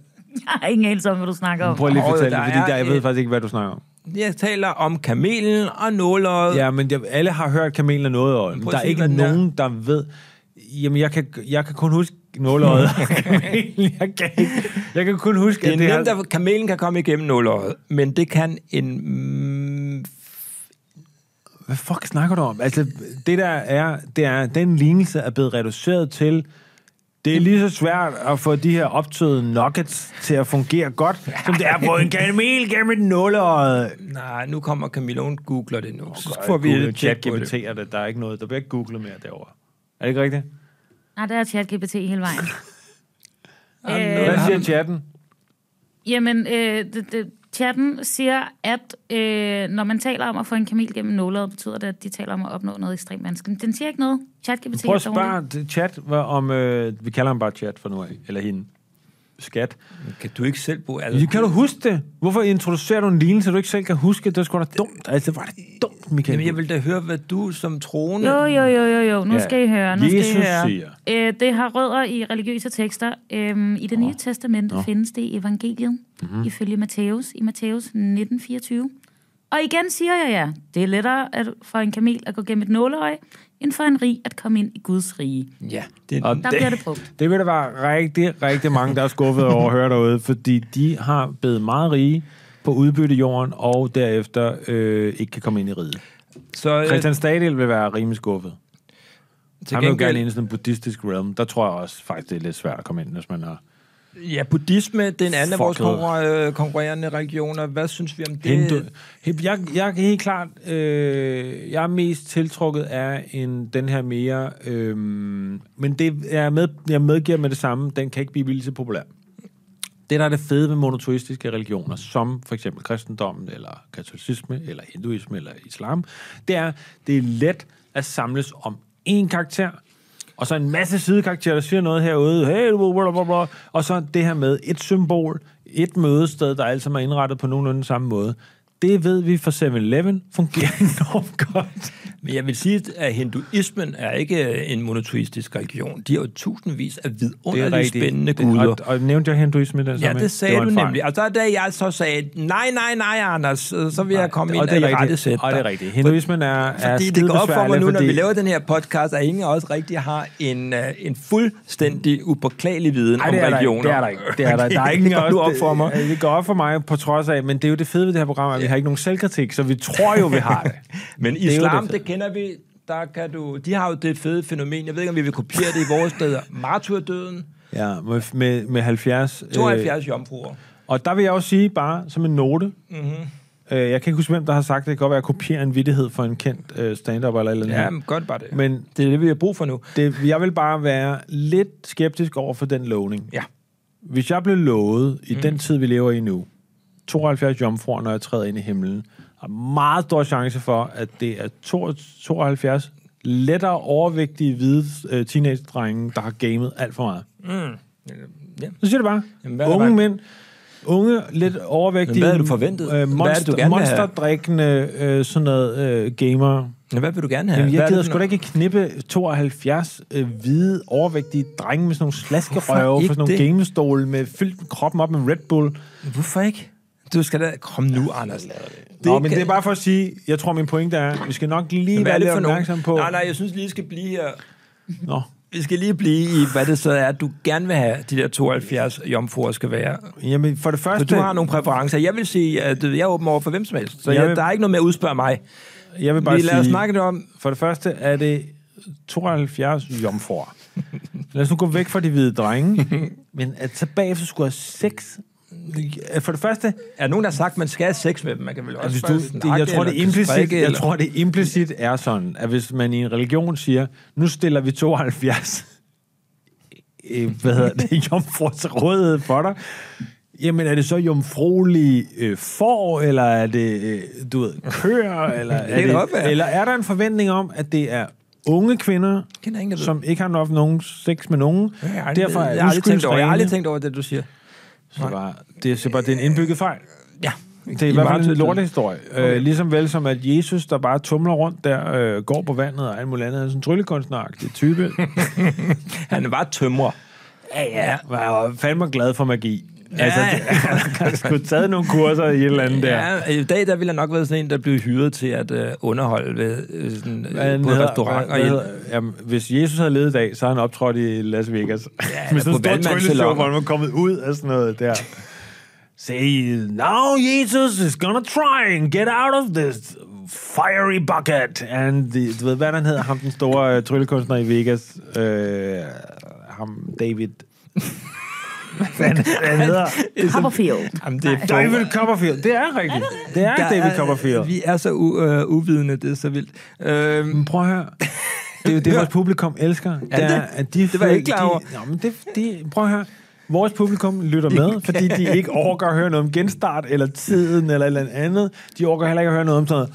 har ingen anelse om, hvad du snakker om.
Prøv lige at
Åh,
fortælle
der
det, fordi
er
der, jeg ved
et-
faktisk ikke, hvad du snakker om.
Jeg taler om kamelen og nåleøjet.
Ja, men jeg, alle har hørt kamelen og nåleøjet, men
prøv at
der er
sige,
ikke
hvad den er.
nogen, der ved... Jamen, jeg kan, jeg kan kun huske nåleøjet og kamelen. Jeg kan, ikke, jeg kan kun huske,
Det er
at
det
det
nemt, at kamelen kan komme igennem nåleøjet, men det kan en... Mm,
Hvad fuck snakker du om? Altså, det der er, det er, den lignelse er blevet reduceret til, det er lige så svært at få de her optøede nuggets til at fungere godt, som det er på en kanel gennem et nåleøje.
nej, nu kommer Camilla, hun googler det nu. Så
Godt,
får vi
Google,
et tjek på
ChatGPT
det.
er det. Der er ikke noget. Der bliver ikke googlet mere derovre. Er det ikke rigtigt?
Nej, der er ChatGPT hele vejen.
Hvad siger chatten?
Jamen, øh, det, det, chatten siger, at øh, når man taler om at få en kamel gennem nålet, betyder det, at de taler om at opnå noget ekstremt vanskeligt. Den siger ikke noget. ChatGPT
Prøv
er
at
dårlig.
spørge t- chat hvad om... Øh, vi kalder ham bare chat for nu af. Eller hende. Skat.
Kan du ikke selv bruge alle...
Ja, Kan du huske det? Hvorfor introducerer du en lignelse, du ikke selv kan huske? Det er sgu da dumt. Altså, var det dumt, Michael?
Jamen, jeg vil da høre, hvad du som troende...
Jo, jo, jo, jo, jo. Nu
Ja.
skal I høre. Nu skal
Jesus
I høre.
siger.
Øh, det har rødder i religiøse tekster. Øhm, I det nye testamente findes det i evangeliet, mm-hmm. ifølge Matthæus, i Matthæus 1924. Og igen siger jeg ja, det er lettere at, for en kamel at gå gennem et nåleøje, end for en rig at komme ind i Guds rige.
Ja, det,
Og
Der bliver det brugt.
Det vil der være rigtig, rigtig mange, der er skuffet over at høre derude, fordi de har blevet meget rige på udbyttejorden, og derefter øh, ikke kan komme ind i riget.
så øh,
Christian Stadil vil være rimelig skuffet.
til
Han vil jo gerne
gengæld,
ind i sådan en buddhistisk realm. Der tror jeg også faktisk, det er lidt svært at komme ind, hvis man har
ja, buddhisme, den anden af vores
Fuck noget.
konkurre- øh, konkurrerende regioner. Hvad synes vi om det?
Hindu. He- Jeg, jeg er helt klart, øh, jeg er mest tiltrukket af en, den her mere, øh, men det, jeg, er med, jeg medgiver med det samme, den kan ikke blive vildt så populær. Det, der er det fede ved monoteistiske religioner, som for eksempel kristendommen, eller katolicisme, eller hinduisme, eller islam, det er, det er let at samles om én karakter, og så en masse sidekarakterer, der siger noget herude, hey, blah, blah, blah, blah. og så det her med et symbol, et mødested, der alle sammen er indrettet på nogenlunde samme måde. Det ved vi fra 7-Eleven fungerer enormt godt.
Men jeg vil sige, at hinduismen er ikke øh, en monoteistisk religion. De har jo tusindvis af vidunderligt spændende
Det-
guder.
Og, og nævnte jeg hinduisme i den
Ja,
sammenhæng?
det sagde
var
det
en
du
fejl.
nemlig. Og så da jeg så sagde, nej, nej, nej, Anders, så så vil jeg komme
og
ind
det
og
er
i rette
rigtigt.
sætte
Og det er rigtigt. Hinduismen er, er
Fordi det går op for mig
skidebesværlig,
nu, når
fordi-
vi laver den her podcast, at ingen af os rigtig har en, øh, en fuldstændig upåklagelig viden
Ej,
om
det er der ikke.
religioner.
Det er der ikke. Det er der. Der er
Okay,
ingen
det går nu op for mig.
Det, det går op for mig på trods af, men det er jo det fede ved det her program, at vi har ikke nogen selvkritik, så vi tror jo, vi har det.
Men
er jo
islam,
det
det,
fede.
det kender vi. Der kan du, de har jo det fede fænomen. Jeg ved ikke, om vi vil kopiere det i vores steder. Martyrdøden,
Ja, med, med, med 70.
72 øh, jomfruer.
og der vil jeg også sige bare som en note, mm-hmm. øh, jeg kan ikke huske, hvem der har sagt det, det kan godt være, at jeg kopierer en vittighed for en kendt øh, stand-up eller et eller andet.
Ja, men godt bare det. Men,
men
det er det, vi har brug for nu.
det, jeg vil bare være lidt skeptisk over for den lovning.
Ja.
Hvis jeg blev lovet i mm. den tid, vi lever i nu, 72 jomfruer, når jeg træder ind i himlen, har meget stor chance for, at det er 72 72 lettere overvægtige hvide øh, teenage-drenge, der har gamet alt for meget.
Øh, Ja.
Så siger det bare.
Jamen,
Jamen,
hvad er der
unge
bare-
mænd, unge, lidt overvægtige...
Men hvad havde du forventet? Hvad er
Øh,
det, du
monster,
gerne vil have?
monsterdrikkende, øh, sådan noget, øh, gamer.
Men hvad vil du gerne have?
Jamen,
Hvad
jeg
er
gider
det
sgu da ikke knippe 72 øh, hvide, overvægtige drenge med sådan nogle slaskerøve
ikke
for sådan nogle
det?
gamestole med fyldt kroppen op med Red Bull.
for- Hvorfor ikke? Du skal da... Kom nu, Anders. Det
Nå, men det er bare for at sige, jeg tror, min pointe er, vi skal nok lige
Hvad er
være
det
lidt
for
opmærksom
nogen?
på...
Nej, nej, jeg synes lige, vi skal blive her.
Nå,
Vi skal lige blive i, hvad det så er, du gerne vil have, de der 72 jomfruer skal være.
jamen for det
For
første,
du har nogle præferencer. Jeg vil sige, at øh, jeg er åben over for hvem som helst. Så
Jeg
jeg,
vil-
der er ikke noget med at udspørge mig.
jeg vil bare
Vi lader os
sige,
snakke det om.
for det første er det 72 jomfruer. Lad os nu gå væk fra de hvide drenge, men at så bagefter skulle have seks... For det første,
Er der nogen, der har sagt, at man skal have sex med dem? Man kan vel også
Hvis du,
bare
det,
snakke,
jeg, tror, det
eller kan
implicit,
strikke,
jeg
eller-
tror, det implicit er sådan, at hvis man i en religion siger, nu stiller vi 72 øh, hvad hedder det, jomfruer til rådighed for dig, jamen er det så jomfruelige øh, får, eller er det, øh, du ved, køer, eller er,
kan
det,
godt være.
eller er der en forventning om, at det er unge kvinder,
kender ingen, der ved.
som ikke har nok nogen sex med nogen,
Jeg har aldrig-
derfor
jeg har
er
aldrig tænkt over, jeg har aldrig
uskyldsrene,
tænkt over det, du siger.
så bare, det, er- så bare, det er en indbygget fejl.
Ja.
Det er i, hvert fald en lortehistorie. Okay. Øh, ligesom vel som, at Jesus, der bare tumler rundt der, øh, går på vandet og alt muligt andet, er sådan en tryllekunstneragtig type.
Han var tømrer. Ja, ja.
var fandme glad for magi. Ja. Altså,
Ja.
han skulle have taget nogle kurser i et eller andet der.
Ja, i dag der ville jeg nok være sådan en, der blev hyret til at øh, underholde ved øh, sådan,
Han
øh, på
hedder-
restaurant og
hvad
hjælpe.
hedder- jamen, hvis Jesus havde levet i dag, så havde han optrådt i Las Vegas. Ja,
på
Med sådan en stor
Valmandssalon.
trylleshow, hvor han var kommet ud af sådan noget der. Say, now Jesus is gonna try and get out of this fiery bucket. And the, du ved, hvad han hedder, ham den store øh, tryllekunstner i Vegas. Øh, ham, David... hvad fanden er det, han hedder?
Copperfield.
Jamen, det er for-
David Copperfield. Det er rigtigt. Det er
Der
David Copperfield.
Vi er så u- øh, uvidende, det er så vildt. Øhm,
Men prøv at høre. Det er jo det,
Hør.
vores publikum elsker.
Er det?
at de
Det var jeg ikke klar over.
De, nå, men det, de, prøv at høre. Vores publikum lytter med, fordi de ikke overgår at høre noget om genstart, eller tiden, eller et eller andet. De overgår heller ikke at høre noget om sådan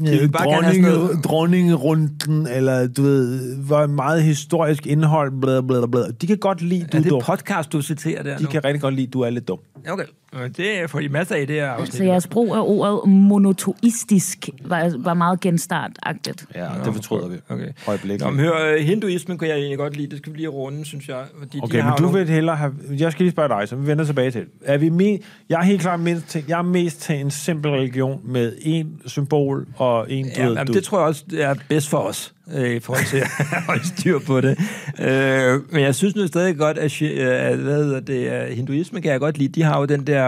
noget.
vil
øh,
bare gerne have
Dronninge,
sådan noget-
dronningerunden, eller du ved, hvor meget historisk indhold, bla bla bla. De kan godt lide, du
er
er
det
dum.
podcast, du citerer der
De
nu?
kan rigtig godt lide, du er lidt dum.
Okay, Øh, det får I masser af i det her afsnit.
Så jeres brug af ordet monotoistisk var, var meget genstartagtigt.
Ja, det fortryder vi.
Okay.
Øjeblikket.
Nå, men hør, øh, hinduismen kunne jeg egentlig godt lide. Det skal vi lige runde, synes jeg. Fordi de
Okay, men
har
du
jo nogle-
vil hellere have... Jeg skal lige spørge dig, så vi vender tilbage til. Er vi me... Jeg er helt klart mindst til... Jeg er mest til en simpel religion med én symbol og én død.
Ja, jamen, det tror jeg også det er bedst for os. øh, i forhold til at holde styr på det. Øh, men jeg synes nu stadig godt, at, shi- øh, at hvad hedder det, øh, hinduisme kan jeg godt lide. De har jo den der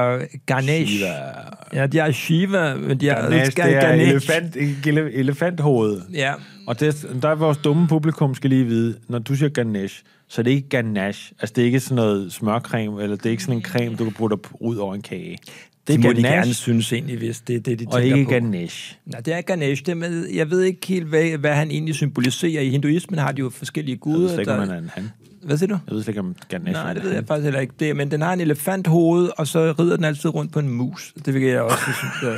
Ganesh.
Shiva.
Ja, de har Shiva, men de har
Ganesh, det er elefant, ele- elefanthoved.
Ja,
Og det, der er vores dumme publikum skal lige vide, når du siger Ganesh, så er det ikke Ganesh. Altså, det er ikke sådan noget smørcreme, eller det er ikke sådan en creme, du kan putte op- ud over en kage. Det
det
er
må de gerne
Ganesh,
synes egentlig, hvis det er det, de
og
tænker
ikke
på.
Ganesh.
Nej, det er Ganesh. Det er med, jeg ved ikke helt, hvad, hvad han egentlig symboliserer. I hinduismen har de jo forskellige
Jeg ved
guder.
slet ikke, om han
Der,
er en han.
hvad siger du?
Jeg ved slet ikke, om Ganesh er
Nej,
en
det ved
han.
jeg faktisk heller ikke. Det, er- men den har en elefanthoved, og så rider den altid rundt på en mus. Det vil jeg også synes, er,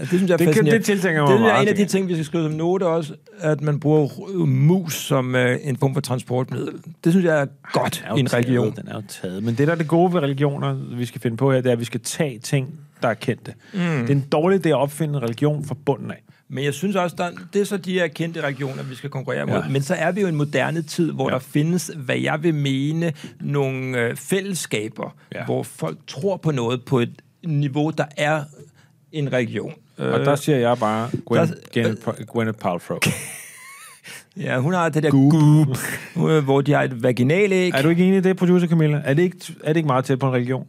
det synes jeg er
Det kan-
fascinerende.
det tiltænker jeg mig
Det er
meget,
en af de
tænker jeg.
ting, vi skal skrive som note også, at man bruger r- mus som øh, en form for transportmiddel. Det synes jeg er godt
Den er jo
i en religion.
Taget, den er jo taget. Men det, der er det gode ved religioner, vi skal finde på her, det er, at vi skal tage ting, der er kendte. Mm. Det er en dårlig idé at opfinde en religion fra bunden af.
Men jeg synes også, der, det er så de her kendte regioner, vi skal konkurrere mod.
Ja.
Ja. Men så er vi jo i en moderne tid, hvor
Ja.
ja. der findes, hvad jeg vil mene, nogle øh, fællesskaber,
Ja.
ja. hvor folk tror på noget på et niveau, der er en region.
Og der siger jeg bare Gwen,
Øh, der- øh,
Gwen, Gwyneth Paltrow.
Ja, hun har det der goop, øh, hvor de har et vaginalæg.
Er du ikke enig i det, producer Camilla? Er det ikke, er det ikke meget tæt på en religion?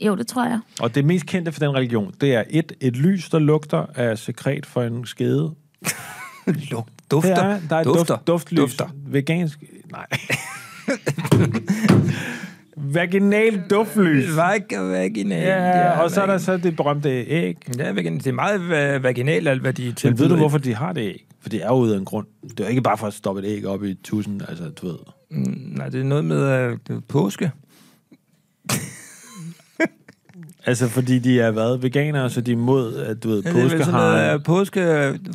Jo, det tror jeg.
Og det mest kendte for den religion, det er et, et lys, der lugter af sekret fra en skede.
Luk, dufter.
Det er, der er et
dufter.
Duft, duftlys.
Dufter.
Vegansk. Nej. Vaginal duftlys.
Vag, vaginal.
Ja, og så er der så det berømte æg.
Ja, vaginal. det er meget øh, vaginal, alt hvad de
Men
tilbyder.
ved du, hvorfor de har det æg? For det er jo ude af en grund. Det er jo ikke bare for at stoppe et æg op i tusind, altså du ved.
Mm, Nej, det er noget med øh, det er påske.
Altså fordi de er hvad, veganere, så de er imod, at du ved,
Ja, det er vel
påske
sådan noget
har...
øh, påske,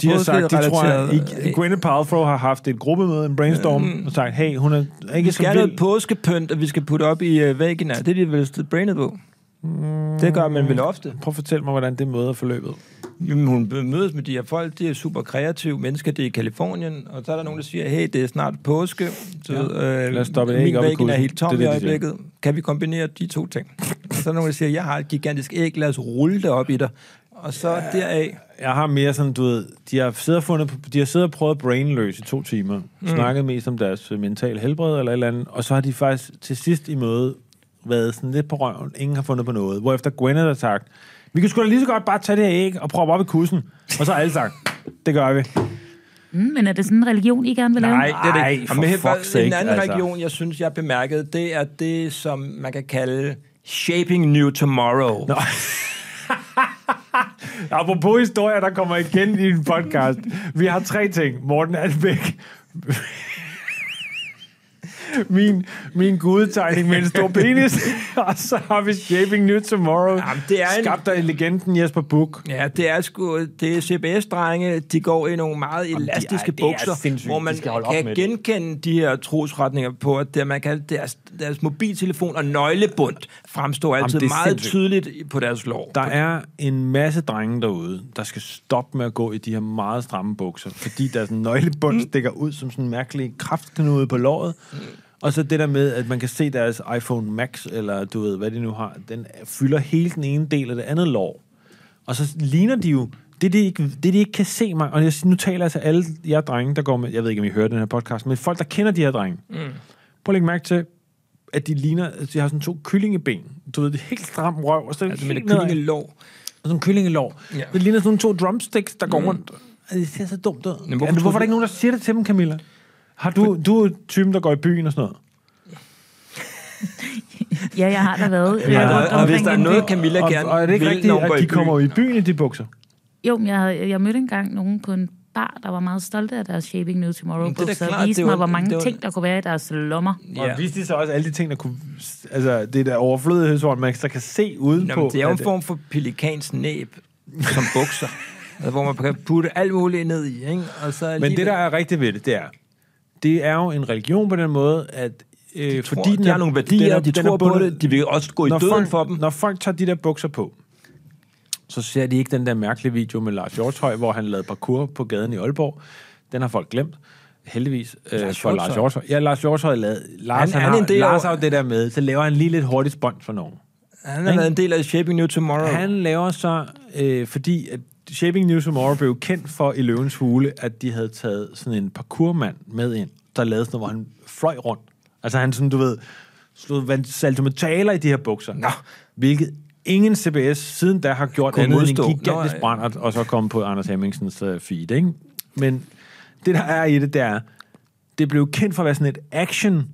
De har sagt, de tror, at
påskerelateret- Øh,
I- Gwyneth Paltrow har haft et gruppemøde, en brainstorm, og sagt, hey, hun er
Vi
ikke
skal
så
have
vild.
noget påskepynt, og vi skal putte op i øh, væggen. Det er de vel brainet på.
Mm.
Det gør man vel ofte.
Prøv at fortælle mig, hvordan det møde er forløbet.
Jamen, hun mødes med de her folk, de er super kreative mennesker, det er i Kalifornien, og så er der nogen, der siger, hey, det er snart påske, så
Ja.
øh,
Lad os stoppe et æg
min
op i
væggen er
kussen."
helt tom
Det
det, det, i
er det, de
øjeblikket. Kan vi kombinere de to ting? Og så er der nogen, der siger, jeg har et gigantisk æg, lad os rulle det op i dig. Og så ja. deraf,
Jeg har mere sådan, du ved, de har siddet og, fundet, på- de har siddet og prøvet at brainløse i to timer, mm. snakket mest om deres øh, mentale helbred eller et eller andet, og så har de faktisk til sidst i møde været sådan lidt på røven, ingen har fundet på noget, hvorefter Gwyneth har sagt, vi kan sgu da lige så godt bare tage det her æg og proppe op i kussen, og så har alle sagt, det gør vi.
Mm, men er det sådan en religion, I gerne vil lave?
Nej, det er det
Ej,
ikke.
for
Og med-
fuck's sake,
en anden
altså.
region, jeg synes, jeg bemærkede, det er det, som man kan kalde Shaping New Tomorrow. Nå.
Apropos historier, der kommer igen i en podcast. Vi har tre ting. Morten Albæk. Min, min gudetegning med en stor penis. og så har vi Shaping New Tomorrow.
Jamen, det er en-
Skabt af legenden Jesper Buch.
Ja, det er sgu, det er CBS-drenge, de går i nogle meget elastiske
det er
bukser,
sindssygt.
hvor man
De skal holde op med
kan
det.
genkende de her trosretninger på, at det, man kan, deres, deres mobiltelefon og nøglebund fremstår altid
det
Jamen,
er
meget
sindssygt.
tydeligt i- på deres lov.
Der er en masse drenge derude, der skal stoppe med at gå i de her meget stramme bukser, fordi deres nøglebund stikker ud som sådan en mærkelig kraftknude på låret. Og så det der med, at man kan se deres iPhone Max, eller du ved, hvad de nu har, den fylder hele den ene del af det andet lår. Og så ligner de jo, det de ikke, det, de ikke kan se mig, og jeg, nu taler jeg til alle jer drenge, der går med, jeg ved ikke, om I hører den her podcast, men folk, der kender de her drenge. Mm. Prøv at lægge mærke til, at de ligner, at de har sådan to kyllingeben. Du ved, det er helt stram røv, og så er det
altså
altså,
med det
helt nedad
kyllingelov.
og sådan en kyllingelår. Ja.
Ja.
Det ligner sådan nogle to drumsticks, der går mm. rundt. Altså, det ser så dumt ud.
hvorfor
Men hvorfor, ja, men
tror
hvorfor
du-
er der ikke nogen, der siger det til dem, Camilla? Har du, du er typen, der går i byen og sådan noget.
Ja, jeg har da været. øh,
Ja,
rundt
og, og
omkring
hvis der er
en by.
noget, Camilla
og,
gerne
og er det ikke
vil,
rigtigt,
når hun går
at
i
de
byen?
kommer jo i byen i de bukser?
Jo, men jeg, havde, jeg mødte engang nogen på en bar, der var meget stolte af deres Shaping New Tomorrow
det er da
bukser.
klart,
og viste
det var-
mig, hvor mange
det var-
ting, der kunne være i deres lommer.
Ja.
Ja.
Og viste de så også alle de ting, der kunne... Altså, det der overflødighedshorn, man så kan se udenpå.
Nå, men det er jo en
at-
form for pelikans næb som bukser, altså, hvor man kan putte alt muligt ned i, ikke? Og så
Men
alligevel-
det, der er rigtigt ved det, det er, det er jo en religion på den måde, at øh, de
tror, de har nogle værdier, de tror på det, de vil også gå i døden
folk,
for dem.
Når folk tager de der bukser på, så ser de ikke den der mærkelige video med Lars Hjortøj, hvor han lavede parkour på gaden i Aalborg. Den har folk glemt. Heldigvis øh,
Lars
for Lars
Hjortøj?
Hjortøj. Ja, Lars Hjortøj lavede... Lars,
Han
han,
er
han,
en
har,
del af-
Lars har jo det der med, så laver han lige lidt hurtigt spons for nogen.
Han har været en del af Shaping New Tomorrow.
Han laver så, øh, fordi at Shaping New Tomorrow blev kendt for i Løvens Hule, at de havde taget sådan en parkourmand med ind, der lavede sådan noget, hvor han fløj rundt. Altså han sådan, du ved, slog vand- saltometaler i de her bukser.
Nå.
Hvilket ingen CBS siden da har gjort
Kunne
andet end
modstå.
en
Nå,
gigantisk
ja.
brændert, og så komme på Anders Hemmingsens øh, feed, ikke? Men det, der er i det, det er, det blev kendt for at være sådan et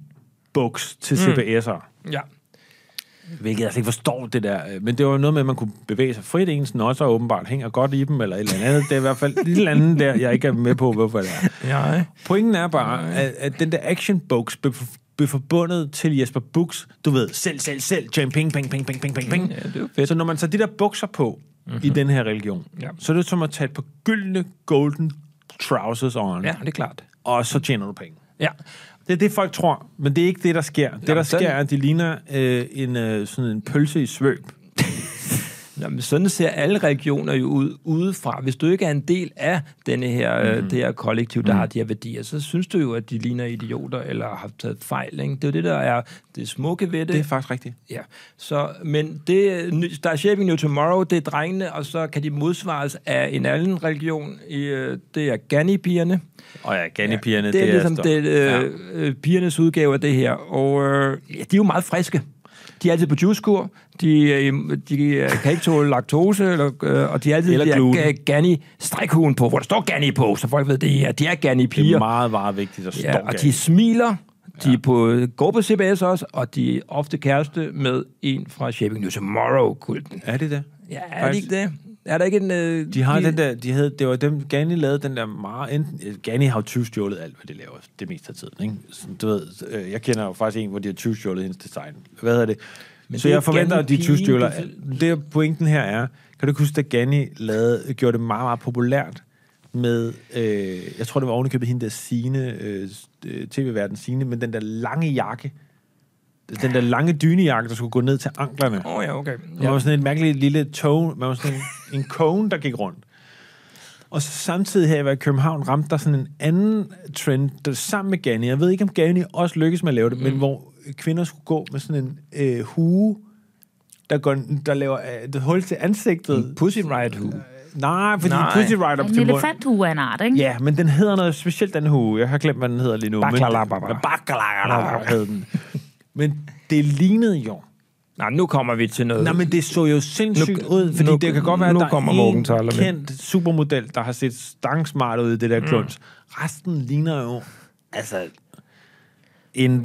action-buks til
Mm.
CBS'er.
Ja.
Hvilket altså, jeg slet ikke forstår, det der. øh, Men det var jo noget med, at man kunne bevæge sig frit. Ens nosser åbenbart hænger godt i dem, eller et eller andet. Det er i hvert fald et eller andet der, jeg ikke er med på, hvorfor det er.
ja. ikke?
Pointen er bare, at, at den der action box blev, for- blev forbundet til Jesper Buks, du ved, selv, selv, selv, jam, ping, ping, ping, ping, ping, ping, ping.
Ja, det er jo fedt. Mhm.
Så når man tager de der bukser på mm-hmm. i den her religion,
Ja.
så er det som at tage et par gyldne golden trousers on,
Ja, det er klart.
og så tjener du penge.
Ja.
Det er det, folk tror, men det er ikke det, der sker. Det, der
Jamen,
sker,
den-
er, at de ligner øh, en, øh, sådan en pølse i svøb.
Jamen, sådan ser alle regioner jo ud udefra. Hvis du ikke er en del af denne her, mm. det her kollektiv, der mm. har de her værdier, så synes du jo, at de ligner idioter eller har taget fejl. Ikke? Det er jo det, der er det smukke ved det.
Det er faktisk rigtigt.
Ja, så, men det, ny- der er Shaping New Tomorrow, det er drengene, og så kan de modsvares af en anden religion. I, øh, det er Ghani-pigerne.
Og ja, Ghani-pigerne,
Det er ligesom
stort.
det,
Ja.
øh, øh, pigernes udgave af det her. Og øh, ja, de er jo meget friske. De er altid på juicekur, de, øh, de øh, kan ikke tåle laktose, eller, øh, og de er altid
Eller
de
gluten.
er gani strikhuen på, hvor der står gani på, så folk ved, det er, de er gani
Det er
piger.
meget, meget vigtigt at stå
Ja, og de smiler, de er på, øh, går på CBS også, og de er ofte kæreste med en fra Shaping New Tomorrow-kulten.
Er det det?
Ja, er det
Faktisk.
ikke det? Er der ikke en... Øh,
De har den der, de havde, det var dem, Gani lavede den der meget, enten, øh, Gani har jo tyvstjålet alt, hvad de laver, det meste af tiden, ikke? Så, du ved, øh, jeg kender jo faktisk en, hvor de har tyvstjålet hendes design. Hvad er det? Men så
det er
jeg forventer,
Gani
at de
pigen,
tyvstjåler
du
alt. Det pointen her er, kan du ikke huske, at Gani lavede, gjorde det meget, meget populært med, øh, jeg tror, det var ovenikøbet hende der Signe, øh, øh, tv-verden Signe, men den der lange jakke, den der lange dynejakke, der skulle gå ned til anklerne.
Åh oh, ja, okay.
Man
Ja.
var sådan et mærkeligt lille tone, man var sådan en, en cone, der gik rundt. Og så samtidig her i København ramte der sådan en anden trend, der sammen med Gani. Jeg ved ikke, om Gani også lykkedes med at lave det, mm. men hvor kvinder skulle gå med sådan en øh, hue, der, går, der laver øh, det hul til ansigtet.
Pussy Riot Who.
Nej, fordi
Nej.
Pussy Rider
En elefanthue er en art, ikke?
Ja, men den hedder noget specielt, den hue. Jeg har glemt, hvad den hedder lige nu. men-
Baklava.
Baklava hed den. Men det lignede jo.
Nej, nu kommer vi til noget.
Nej, men det så jo sindssygt
Nu-
ud, fordi
nu-
det kan godt være, at
nu
der
kommer Morgan
er
Thaler
en
med. Mm.
kendt supermodel, der har set stangsmart ud i det der kluns. Resten ligner jo, altså, en
Geo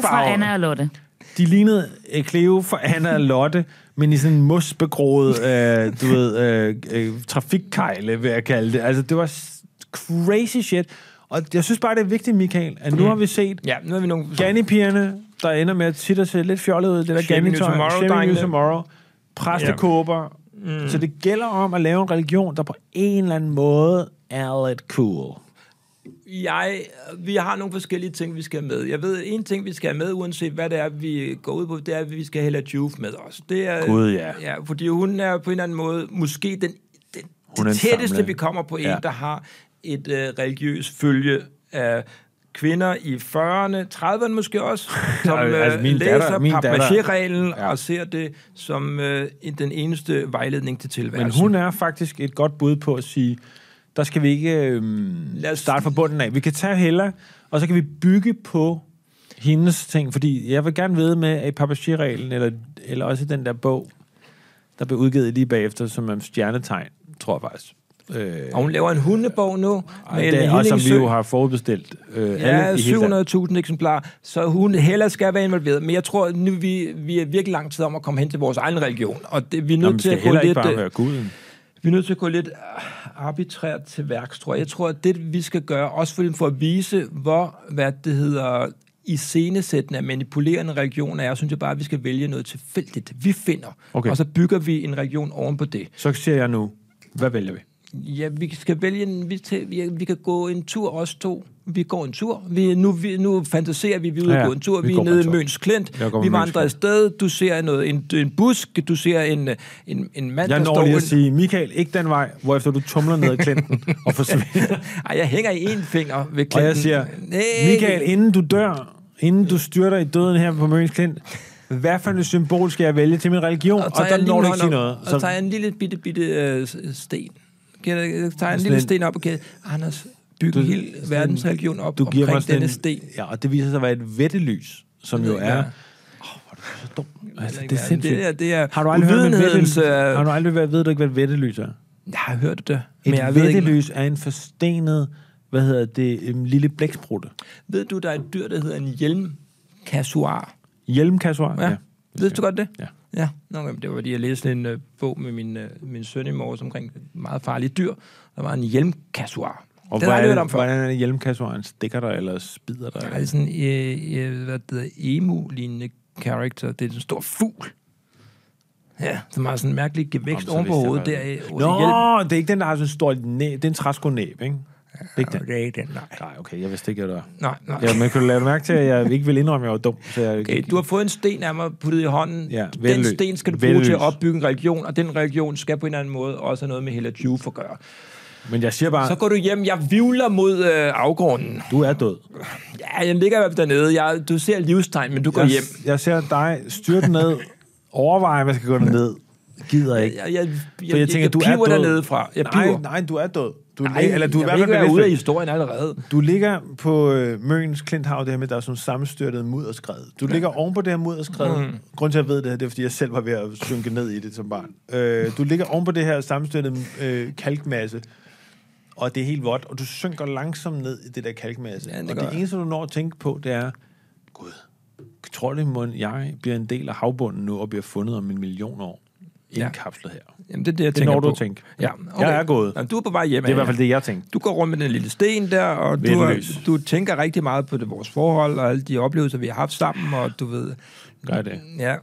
fra Anna
misfarvet.
og Lotte.
De lignede øh, Cleo for Anna og Lotte, men i sådan en mosbegroet, øh, du ved, øh, øh, trafikkejle, vil jeg kalde det. Altså, det var s- crazy shit. Og jeg synes bare, det er vigtigt, Michael,
Mm.
at nu har vi set
Ja, nu er vi nogle...
Ganni-pigerne, der ender med at tit at se lidt fjollet ud, det der
Shaming
ganni
you tomorrow,
Tomorrow,
drengene.
tomorrow præstekåber. Mm. Så det gælder om at lave en religion, der på en eller anden måde er lidt cool.
Jeg, vi har nogle forskellige ting, vi skal have med. Jeg ved, en ting, vi skal have med, uanset hvad det er, vi går ud på, det er, at vi skal have Hella Juf med os. Det er,
Gud, ja.
ja. Fordi hun er på en eller anden måde måske den, den,
er
det
en
tætteste,
samler.
vi kommer på en,
Ja.
ja. der har et øh, religiøst følge af kvinder i 40'erne, 30'erne måske også, som
Altså,
altså,
min
min
datter-
læser
min datter-
papmaché-reglen
Ja.
ja. og ser det som øh, en- den eneste vejledning til tilværelsen.
Men hun er faktisk et godt bud på at sige, der skal vi ikke øhm,
Lad os-
starte fra bunden af. Vi kan tage Hella, og så kan vi bygge på hendes ting, fordi jeg vil gerne vide med, at i Papagirreglen, eller, eller også i den der bog, der blev udgivet lige bagefter, som er stjernetegn, tror jeg faktisk. Øh,
Og hun laver en hundebog nu.
Ej, det er, og som vi jo har forudbestilt. Øh, alle
Ja,
i hele landet.
700.000 eksemplarer, så hun heller skal være involveret. Men jeg tror, nu vi, vi er virkelig lang tid om at komme hen til vores egen religion, og det, vi er nødt
Nå, men
til
skal
at gå
heller ikke
lidt...
bare
øh,
være guden.
Vi er nødt til at gå lidt øh, arbitrært til værks, tror jeg. Jeg tror, at det, vi skal gøre, også for, for at vise, hvor, hvad det hedder, i scenesættende af manipulerende regioner er, synes jeg bare, at vi skal vælge noget tilfældigt, vi finder.
Okay.
Og så bygger vi en region oven på det.
Så siger jeg nu, hvad vælger vi?
Ja, vi skal vælge en, vi, til, vi, vi kan gå en tur os to. Vi går en tur. Vi, nu, vi, nu fantaserer vi, vi er ude
Ja,
ja,
ja.
gå en tur.
Vi
Vi, vi
går
er
på
nede
en
i
tur.
Møns Klint.
Jeg går på
Vi
Møns
vandrer
Klint.
afsted. Du ser noget, en, en busk. Du ser en, en, en mand,
Jeg
der
når
står...
lige
en-
at sige, Michael, ikke den vej, hvorefter du tumler ned ad klinten og forsvinder.
Ej, jeg hænger i en finger ved Klinten.
Og jeg siger,
Nej.
Michael, inden du dør, inden du styrter i døden her på Møns Klint, hvad for et symbol skal jeg vælge til min religion? Og,
tager
og der
jeg lige
når
en
du
hånd
ikke sige
op,
noget.
Og så tager jeg en lille bitte, bitte øh, s- sten. Kan jeg, jeg tager en
Sådan
lille
en-
sten op og kan Anders, bygge en hel verdensreligion op
du giver mig
omkring
sådan
denne
en,
sten.
Ja, og det viser sig at være et vettelys, som jo
Ja.
er... Åh, hvor er du så dum. Altså, det er
Jamen,
sindssygt.
det, er, det er
Har du aldrig hørt, hvad
uvidenhedens,
vettelys,
øh,
har du aldrig været, ved du ikke, hvad et vettelys er?
Jeg har hørt det, men
Et
jeg ved ikke,
vettelys er en forstenet, hvad hedder det, en lille blæksprutte.
Ved du, der er et dyr, der hedder en hjelmkasuar?
Hjelmkassoir?
Ja. ja. Ved du godt det?
Ja.
Ja, Nå, jamen, det var fordi, jeg læste sådan en øh, bog med min, øh, min søn i morges omkring et meget farligt dyr. Der var en hjelmkasuar.
Og
den har jeg aldrig hørt om før.
hvordan er hjelmkassoiren? Stikker dig eller spider dig?
Der er sådan øh, øh, hvad det hedder, emu-lignende karakter. Det er en stor fugl. Ja, som har sådan en mærkelig gevækst
Om, så
oven på
vidste jeg
hovedet
godt.
der. øh, over til hjelmen.
Nå, det er ikke den, der har sådan en stor næb. Det er en træskonæb, ikke? Det er ikke den.
Det er ikke den, nej.
Nej, okay, jeg vidste ikke, at det var.
Nej, nej.
Ja, men kunne du lade mærke til, at jeg ikke vil indrømme, at jeg var dum? Så jeg
Okay, Øh, du har fået en sten af mig puttet i hånden.
Ja,
den
velløs.
sten skal du bruge
Velløs.
til at opbygge en religion, og den religion skal på en eller anden måde også have noget med Hella Juf at gøre.
Men jeg siger bare,
Så går du hjem. Jeg vivler mod øh, afgrunden.
du er død.
Ja, jeg ligger i hvert fald dernede. Jeg, du ser livstegn, men du går
Jeg,
hjem.
jeg ser dig styrte ned, overveje, om jeg skal gå ned. Gider ikke.
Jeg, jeg, jeg, jeg,
For
jeg, tænker, jeg
du
piver
er død.
dernede fra. Jeg
nej,
piver.
nej, du er død. Du,
Nej,
lig- eller du er i
jeg
hvert
vil
fald
ikke være
bevidst
ude af
ved-
historien allerede.
Du ligger på øh, Møns Klinthav, det her med, der er sådan sammenstyrtet mudderskred. Du ligger oven på det her mudderskred. Mm. Grunden til, at jeg ved det her, det er, fordi jeg selv var ved at synke ned i det som barn. Øh, du ligger oven på det her sammenstyrtede øh, kalkmasse, og det er helt vådt, og du synker langsomt ned i det der kalkmasse.
Ja, det
og
gør
det
jeg.
eneste, du når at tænke på, det er, Gud, tror du, mon jeg bliver en del af havbunden nu, og bliver fundet om en million år? Indkapslet her.
Jamen, det er det, jeg
Det
tænker
når du
på.
at tænke.
Ja,
Jeg er gået.
Jamen, du er på vej hjem.
Det er i hvert fald det, jeg tænkte.
Du går rundt med den lille sten der, og du,
Venløs.
er, du tænker rigtig meget på det, vores forhold og alle de oplevelser, vi har haft sammen, og du ved...
Gør jeg det?
Ja,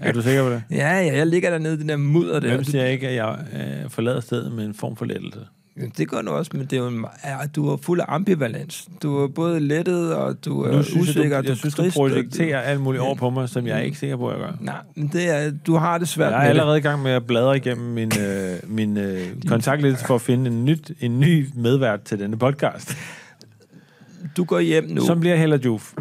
Er du sikker på det?
ja, ja jeg ligger dernede i den der mudder der.
Hvem siger ikke, at jeg øh, forlader stedet med en form for lettelse?
Jamen, det gør du også, men det er jo en, ja, du er fuld af ambivalens. Du er både lettet, og du er
Nu synes
usikker,
jeg,
og
du,
du er
jeg synes, du
trist, og
projekterer alt muligt over på mig, som jeg er ikke sikker på, at jeg gør.
Nej, men det er, du har det svært
Jeg er
med
allerede i gang med at bladre igennem min, øh, min øh, kontaktliste for at finde en, nyt, en ny medvært til denne podcast,
det. Du går hjem nu.
som bliver Heller Juf.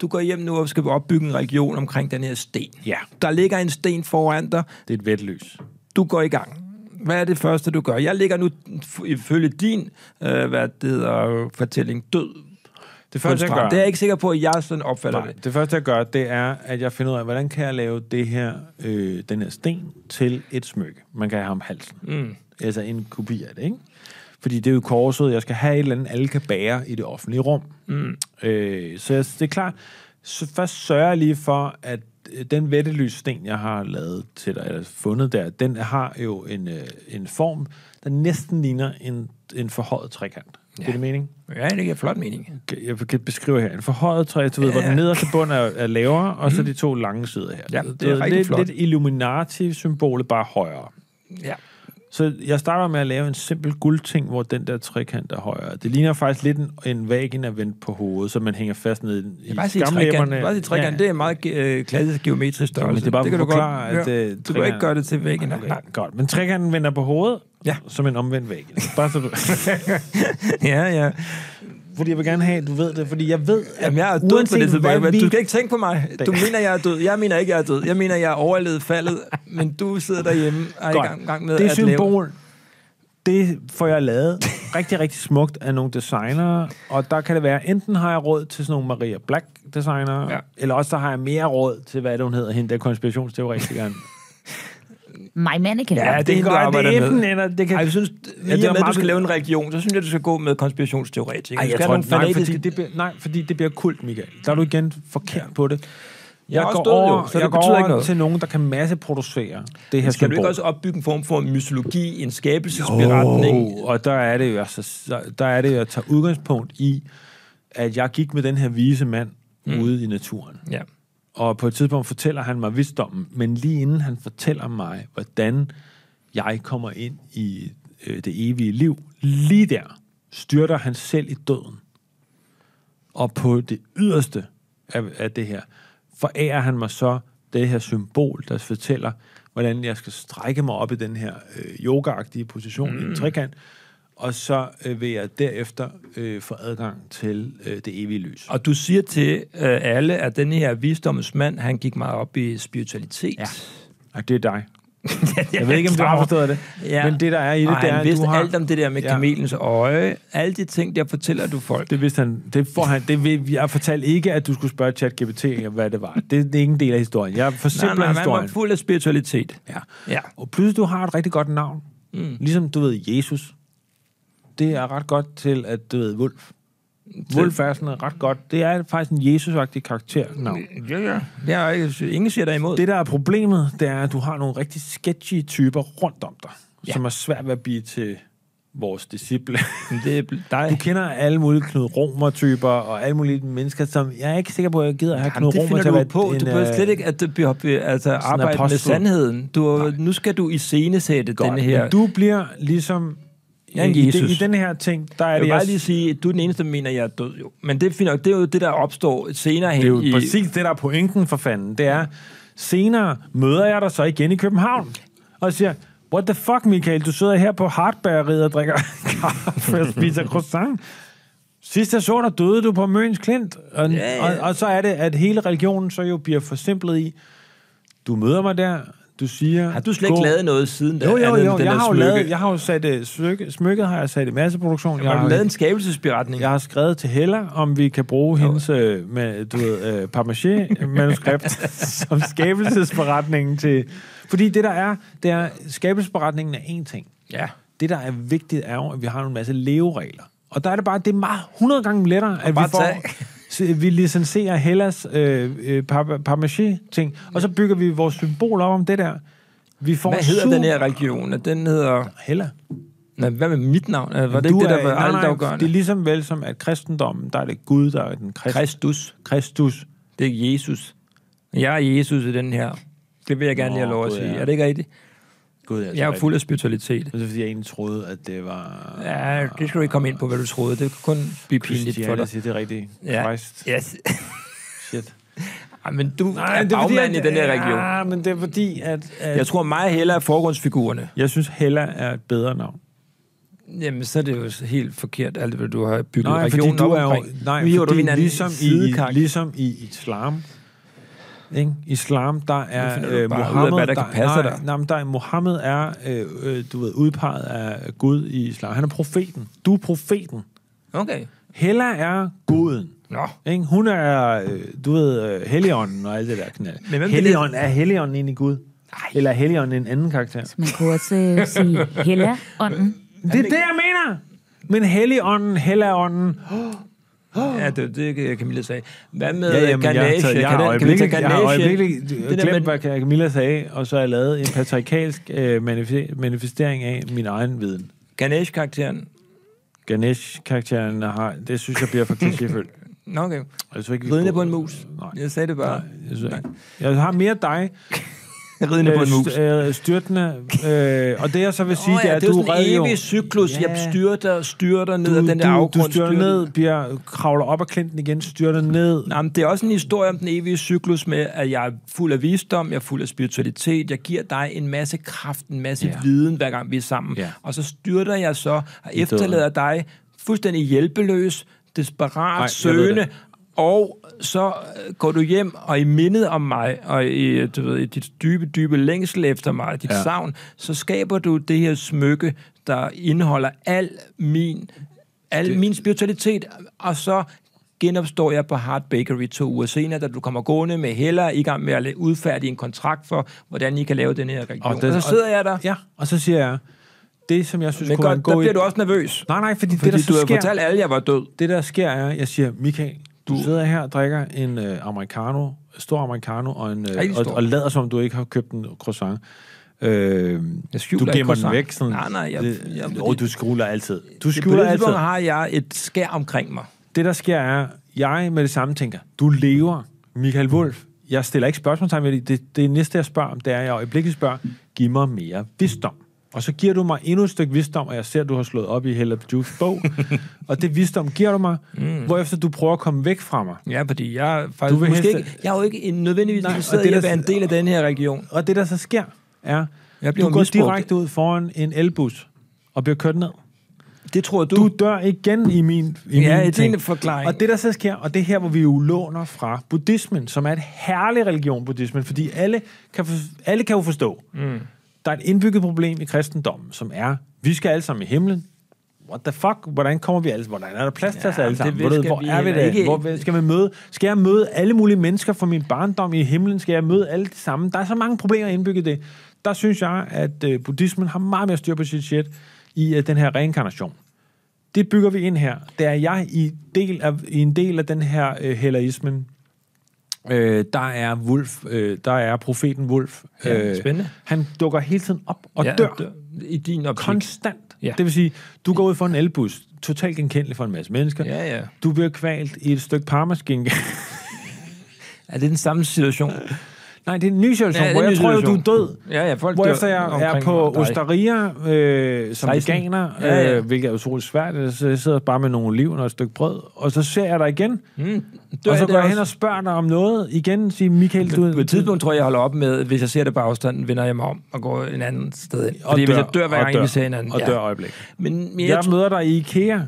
Du går hjem nu og skal opbygge en region omkring den her sten.
Ja.
Der ligger en sten foran dig.
Det er et vettlys.
Du går i gang. Hvad er det første, du gør? Jeg ligger nu, f- ifølge din øh, hvad det hedder, fortælling, død.
Det
på en
første, jeg
strand.
gør,
Det er jeg ikke sikker på, at jeg sådan opfatter
nej,
det.
det første, jeg gør, det er, at jeg finder ud af, hvordan kan jeg lave det her, øh, den her sten til et smykke. Man kan have ham halsen. Mm. Altså en kopi af det, ikke? Fordi det er jo korset, jeg skal have et eller andet, alle kan bære i det offentlige rum. Mm. Øh, så jeg, det er klart, så først sørger jeg lige for, at øh, den vettelyssten, jeg har lavet til dig, eller fundet der, den har jo en, øh, en form, der næsten ligner en, en forhøjet trekant. Ja. Det er det mening?
Ja, det giver flot mening.
jeg kan beskrive her, en forhøjet træ, du ved, hvor den nederste bund er, er lavere, og så de to lange sider her.
Mhm. Ja, det
Du
er
ved,
rigtig
lidt,
flot.
Lidt Illuminati-symbolet, bare højere.
Ja.
Så jeg starter med at lave en simpel guldting, hvor den der trekant er højere. Det ligner faktisk lidt en, en vagina vendt på hovedet, så man hænger fast ned i
Bare sige trekant.
skamlæberne.
Bare sige trekant. Ja. Det er en meget øh, klassisk geometrisk størrelse.
men det er bare
det kan
for
du
at forklare,
godt,
at, øh,
Du kan ikke
trekant-
gøre det til væggen.
Okay,
Nej.
godt. Men trekanten vender på hovedet,
Ja.
som en omvendt vagina. Bare så du...
Ja, ja.
fordi jeg vil gerne have, at du ved det, fordi jeg ved, at
Jamen, jeg er død på
uanset
det
hvad
tilbage. men
vi-
Du skal ikke tænke på mig. Du mener, jeg er død. Jeg mener ikke, jeg er død. Jeg mener, jeg er overlevet faldet. Men du sidder derhjemme og er i
Godt.
gang, gang med
det
at lave.
symbol, det får jeg lavet rigtig, rigtig smukt af nogle designere, og der kan det være, enten har jeg råd til sådan nogle Maria Black designere,
Ja.
ja. eller også så har jeg mere råd til, hvad er det, hun hedder, hende der konspirationsteoretikeren.
My mannequin.
Ja, det er
kan
hende, du
godt,
arbejder
det er enten
med.
eller det kan...
Ej, jeg synes,
Ja,
ja, i og
det var
med, at du
meget-
skal lave en religion, så synes jeg, du skal gå med konspirationsteoretikere. Du
Ej,
skal have nogle
nej,
fanatiske-
fordi det bliver, nej, fordi det bliver kult, Michael. Der er du igen forkert på det. Jeg,
også
går
død jo,
over,
så det
jeg går
betyder
over
ikke noget.
til nogen, der kan masseproducere det her
Skal du
symbol.
ikke også opbygge en form for mytologi, en skabelsesberetning?
Oh, og der er det jo altså, så- der er det jo at tage udgangspunkt i, at jeg gik med den her vise mand mm. ude i naturen.
Ja.
Og på et tidspunkt fortæller han mig visdommen, men lige inden han fortæller mig, hvordan jeg kommer ind i øh, det evige liv, lige der styrter han selv i døden. Og på det yderste af, af det her, forærer han mig så det her symbol, der fortæller, hvordan jeg skal strække mig op i den her øh, yogaagtige position mm. i en trekant, og så øh, vil jeg derefter øh, få adgang til øh, det evige lys.
Og du siger til øh, alle, at den her visdommens mand, han gik meget op i spiritualitet. Ja.
Og det er dig. Jeg ved ikke, om du har forstået det.
Ja.
Men det, der er i det,
Og
det er,
han vidste
du har...
alt om det der med
Ja.
ja. kamelens øje. Alle de ting, der fortæller du folk.
Det vidste han. Det får han. Det vil, jeg fortalte ikke, at du skulle spørge ChatGPT, hvad det var. Det, det er ikke en del af historien. Jeg forsimpler
Nej, nej, man var
historien.
fuld af spiritualitet.
Ja.
Ja.
Og pludselig, du har et rigtig godt navn. Mm. Ligesom, du ved, Jesus. Det er ret godt til, at du ved, Wolf. Wolf er sådan ret godt. Det er faktisk en Jesus-agtig karakternavn.
Ja, ja. Det er, ikke- ingen siger der imod.
Det, der er problemet, det er, at du har nogle rigtig sketchy typer rundt om dig, ja. som er svært ved at blive til vores disciple.
Men det er bl- dig.
Du kender alle mulige Knud Romer-typer og alle mulige mennesker, som jeg er ikke sikker på, at jeg gider at have
Jamen,
Knud
det
Romer
finder
til at
du
være
jo på.
en,
du behøver slet
øh,
ikke at du behøver, altså, arbejde
apostel.
med sandheden. Du, nu skal du iscenesætte
Godt,
denne her...
men du bliver ligesom...
Jeg er en
i- i,
Jesus.
I, den her ting, der er
jeg
det...
vil bare
Jeg,
lige sige, at du er den eneste, der mener, at jeg er død. Jo. Men det er, fint nok. det er jo det, der opstår senere hen.
det er jo
i,
præcis det, der er pointen for fanden. Det er, senere møder jeg dig så igen i København, og siger, what the fuck, Michael, du sidder her på hardbæreriet og drikker kaffe og spiser croissant. Sidst jeg så dig, døde du på Møns Klint. Og, ja,
Ja,
ja.
ja.
Og, og så er det, at hele religionen så jo bliver forsimplet i, du møder mig der, du siger...
Har du slet ikke
gå-
lavet noget siden da?
Jo, jo,
andet end
jo.
den
Jeg
der
har jo,
smykke?
lavet, jeg har jo sat uh, smykke, smykket, har jeg sat i masseproduktion. Jeg
Har
har-
du lavet en skabelsesberetning?
Mm. jeg har skrevet til Hella, om vi kan bruge hendes øh, med, du ved, øh, parmaché-manuskript som skabelsesberetningen til... Fordi det, der er, det er, skabelsesberetningen er én ting.
Ja.
Det, der er vigtigt, er jo, at vi har en masse leveregler. Og der er det bare, det er meget 100 gange lettere, at vi
bare
får...
tage.
Så vi licenserer Hellas øh, øh, par- parmaché-ting, og så bygger vi vores symbol op om det der. Vi får
Hvad hedder
super-
den her religion? Og Den hedder...
Hella.
Nå, hvad med mit navn? Øh, Var det ikke det, der var
det er
altafgørende?
ligesom vel som, at kristendommen, der er det Gud, der er den krist,
Kristus.
Kristus.
Det er Jesus. Jeg er Jesus i den her. Det vil jeg gerne
Nå,
lige have lov at
Gud,
sige.
ja.
Er det ikke rigtigt?
Gud, altså,
Jeg er fuld af spiritualitet.
Det er fordi, jeg egentlig troede, at det var...
Ja, det skal du ikke komme ind på, hvad du troede. Det kan kun blive pinligt for dig.
Christianity, det er rigtigt.
Ja.
Christ.
Yes.
Shit.
Ej, men du Nej, er bagmand i den her region.
Ja, men det er fordi, at... at
Jeg tror meget heller er forgrundsfigurerne.
jeg synes, Hella er et bedre navn.
Jamen, så er det jo helt forkert, alt hvad du har bygget
Nej, fordi
regionen
du
op
er jo...
omkring.
Nej,
Vi er jo
fordi
hinanden
ligesom i,
sidekak.
ligesom i islam, ikke? Islam, der er
finder du
øh,
bare ud af,
Mohammed...
hvad der kan passe
nej,
dig.
Nej, men der er, Mohammed er, øh, øh, du ved, udpeget af Gud i islam. Han er profeten. Du er profeten.
Okay.
Hella er guden.
Nå.
Ikke? Hun er, øh, du ved, øh, Helligånden og alt det der knald.
Men hvem
Helligånden, er Helligånden egentlig Gud?
Ej.
Eller er Helligånden en anden karakter?
Man kunne også øh, sige Hella, ånden.
Det er det, jeg mener! Men Helligånden, Helligånden...
Ja, det var det, Camilla sagde. Hvad med
Ah. Ja,
ja,
jamen, jeg, har
Ganesha?
taget, jeg,
Kan
har
den- kan vi tage
øjeblikkeligt- jeg har
Ganesha?
øjeblikkeligt
Det der
glemt,
med-
hvad Camilla sagde, og så har jeg lavet en patriarkalsk øh, manif- manifestering af min egen viden.
Ganesh-karakteren.
Ganesh-karakteren har... Det synes jeg bliver for klichéfyldt.
Nå, okay.
Jeg tror ikke, vi
Ridende
burde-
på en mus.
Nej,
Jeg sagde det bare.
jeg, synes ikke. jeg har mere dig,
Ridende på en mus.
st- øh, styrtende. Øh, og det, jeg så vil sige,
Åh
det er, at
det er
du
jo
er
sådan
red
en
jo.
evig cyklus.
Ja.
Jeg styrter, styrter ned
Du,
ad den der
du,
afgrund.
du styrter ned, bliver, kravler op ad klinten igen, styrter ned.
Nej, men det er også en historie om den evige cyklus med, at jeg er fuld af visdom, jeg er fuld af spiritualitet, jeg giver dig en masse kraft, en masse
Ja.
yeah. viden, hver gang vi er sammen.
Ja.
Og så styrter jeg så og efterlader dig fuldstændig hjælpeløs, desperat,
Ej,
Ej,
jeg ved
søgende,
det.
og så øh, går du hjem, og i mindet om mig, og i, øh, du ved, i dit dybe, dybe længsel efter mig, dit
Ja.
ja. savn, så skaber du det her smykke, der indeholder al min, al det... min spiritualitet, og så genopstår jeg på Hard Bakery to uger senere, da du kommer gående med Heller i gang med at la- udfærdige en kontrakt for, hvordan I kan lave den her region. Og,
den-
og så sidder jeg der,
Ja, og så siger jeg, det som jeg synes
men
kunne være en
godt, der
god
bliver
idé...
du også nervøs.
Nej, nej, fordi,
Fordi
det, der så
du har
sker,
fortalt alle, at jeg var død.
det der sker er, jeg siger, Michael, du sidder her og drikker en øh, americano, stor americano, og, en, øh,
Rigtig
og,
stor.
og lader som om du ikke har købt en croissant. Øh,
Jeg skjuler
du
ikke
gemmer den
croissant.
væk sådan.
Nej, nej, jeg-
det,
jeg-
jo, du skruller altid. Du
På
skruller
det
altid.
tidspunkt altså- har jeg et skær omkring mig.
det, der sker, er, jeg med det samme tænker, du lever, Michael Wolf. Jeg stiller ikke spørgsmålstegn ved det. det. Det næste, jeg spørger om, det er, at jeg øjeblikkeligt spørger, giv mig mere visdom. Og så giver du mig endnu et stykke visdom, og jeg ser, at du har slået op i Hella Juice bog. og det visdom giver du mig, mm. hvorefter du prøver at komme væk fra mig.
Ja, fordi jeg er
Du
faktisk
vil
måske
helst-
ikke, jeg er jo ikke en nødvendigvis
Nej, og
interesseret
det
i
der-
at være en del af den her region.
Og det, der så sker, er,
Jeg
jeg
bliver
du går
misbrugt.
direkte ud foran en elbus og bliver kørt ned.
Det tror du.
Du dør igen i min i
Ja,
min
i din
ting.
forklaring.
Og det, der så sker, og det er her, hvor vi jo låner fra buddhismen, som er et herlig religion, buddhismen, fordi alle kan, for, alle kan jo forstå, mm. der er et indbygget problem i kristendommen, som er, vi skal alle sammen i himlen. What the fuck? Hvordan kommer vi alle Hvordan er der plads til os
Ja,
alle
det
sammen?
ved-
Hvor,
skal
hvor
vi
er vi
heller
der?
ikke-
Hvor skal, vi møde, skal jeg møde alle mulige mennesker fra min barndom i himlen? Skal jeg møde alle de samme? Der er så mange problemer indbygget i det. Der synes jeg, at øh, buddhismen har meget mere styr på sit shit i øh, den her reinkarnation. Det bygger vi ind her. Der er jeg i, del af, i en del af den her øh, hellerismen. Øh, der er Wolf, øh, der er profeten Wolf.
Ja, spændende.
Han dukker hele tiden op og ja, dør. dør
I din optik.
konstant. Ja.
Ja.
Det vil sige, du går ud for en elbus, totalt genkendelig for en masse mennesker.
Ja, ja.
Du bliver kvalt i et stykke parmaskinke.
Er det den samme situation?
Nej, det er en ny situation,
Ja,
ja,
det
hvor
er en
jeg
ny
tror, jo, du er
situation.
død.
Ja, ja, folk dør
Hvorefter jeg er
omkring
på
dig.
osteria øh, som
16.
veganer, øh,
Ja, ja.
hvilket er utroligt svært. øh, Så jeg sidder bare med nogle oliven og et stykke brød, og så ser jeg dig igen. Mm, og
jeg
så
det
går jeg hen
også?
og spørger dig om noget igen. Siger, Michael, du...
På et tidspunkt tror jeg, jeg holder op med, hvis jeg ser det på afstanden, vender jeg mig om og går en anden sted hen.
og
Fordi hvis jeg dør hver
og
gang, vi ser hinanden.
Og
ja.
dør øjeblik.
Men jeg,
Jeg, jeg
tror-
møder dig i IKEA, ja,
Ja,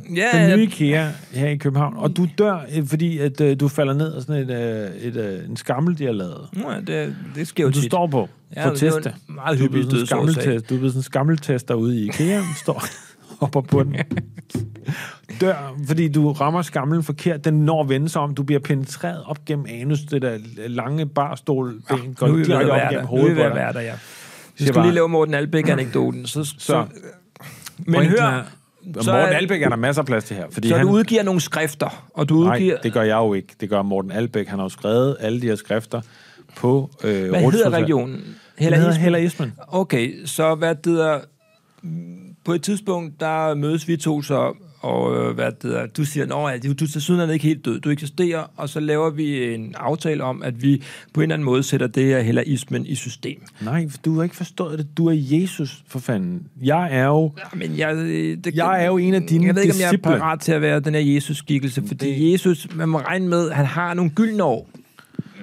den nye
ja.
IKEA her i København, og du dør, øh, fordi at, øh, du falder ned af sådan et, øh, et, øh, en skammel, de har lavet.
Nå, ja, det, det sker jo
Du
tit.
står på
Ja,
for
det er jo
teste.
en meget
Du er
hyppig
blevet sådan en
dødsårsag.
skammeltest. Du er blevet sådan en skammeltester ude i IKEA, du står hopper på den. Dør, fordi du rammer skamlen forkert. Den når at vende sig om. Du bliver penetreret op gennem anus. Det der lange barstolben går
Ah, nu er vi ved at
direkte op
være
gennem
der. Nu er vi
hovedet
ved
på
at
dig.
være der, ja. Vi
siger
skal
bare-
lige lave Morten Albæk-anekdoten. Så, så,
Så,
så, men hør,
er,
så er-
Morten Albæk er der masser af plads til her. Fordi
så
han,
du udgiver nogle skrifter, og du udgiver...
Nej, det gør jeg jo ikke. Det gør Morten Albæk. Han har jo skrevet alle de her skrifter på... Øh,
hvad hedder regionen?
Heller hedder
Hellaismen?
Hellaismen.
Okay, så hvad det hedder... På et tidspunkt, der mødes vi to så, og øh, hvad det hedder, du siger, Nå, ja, du, du er til sydenlandet ikke helt død, du eksisterer, og så laver vi en aftale om, at vi på en eller anden måde sætter det her hellaismen i system.
Nej, for du har ikke forstået det. Du er Jesus, for fanden. Jeg er jo...
Ja, Men jeg, øh, det,
Jeg er jo en af dine
Jeg ved ikke, om jeg er
disciple.
parat til at være den her Jesus-skikkelse, fordi det... Jesus, man må regne med, han har nogle gyldne år,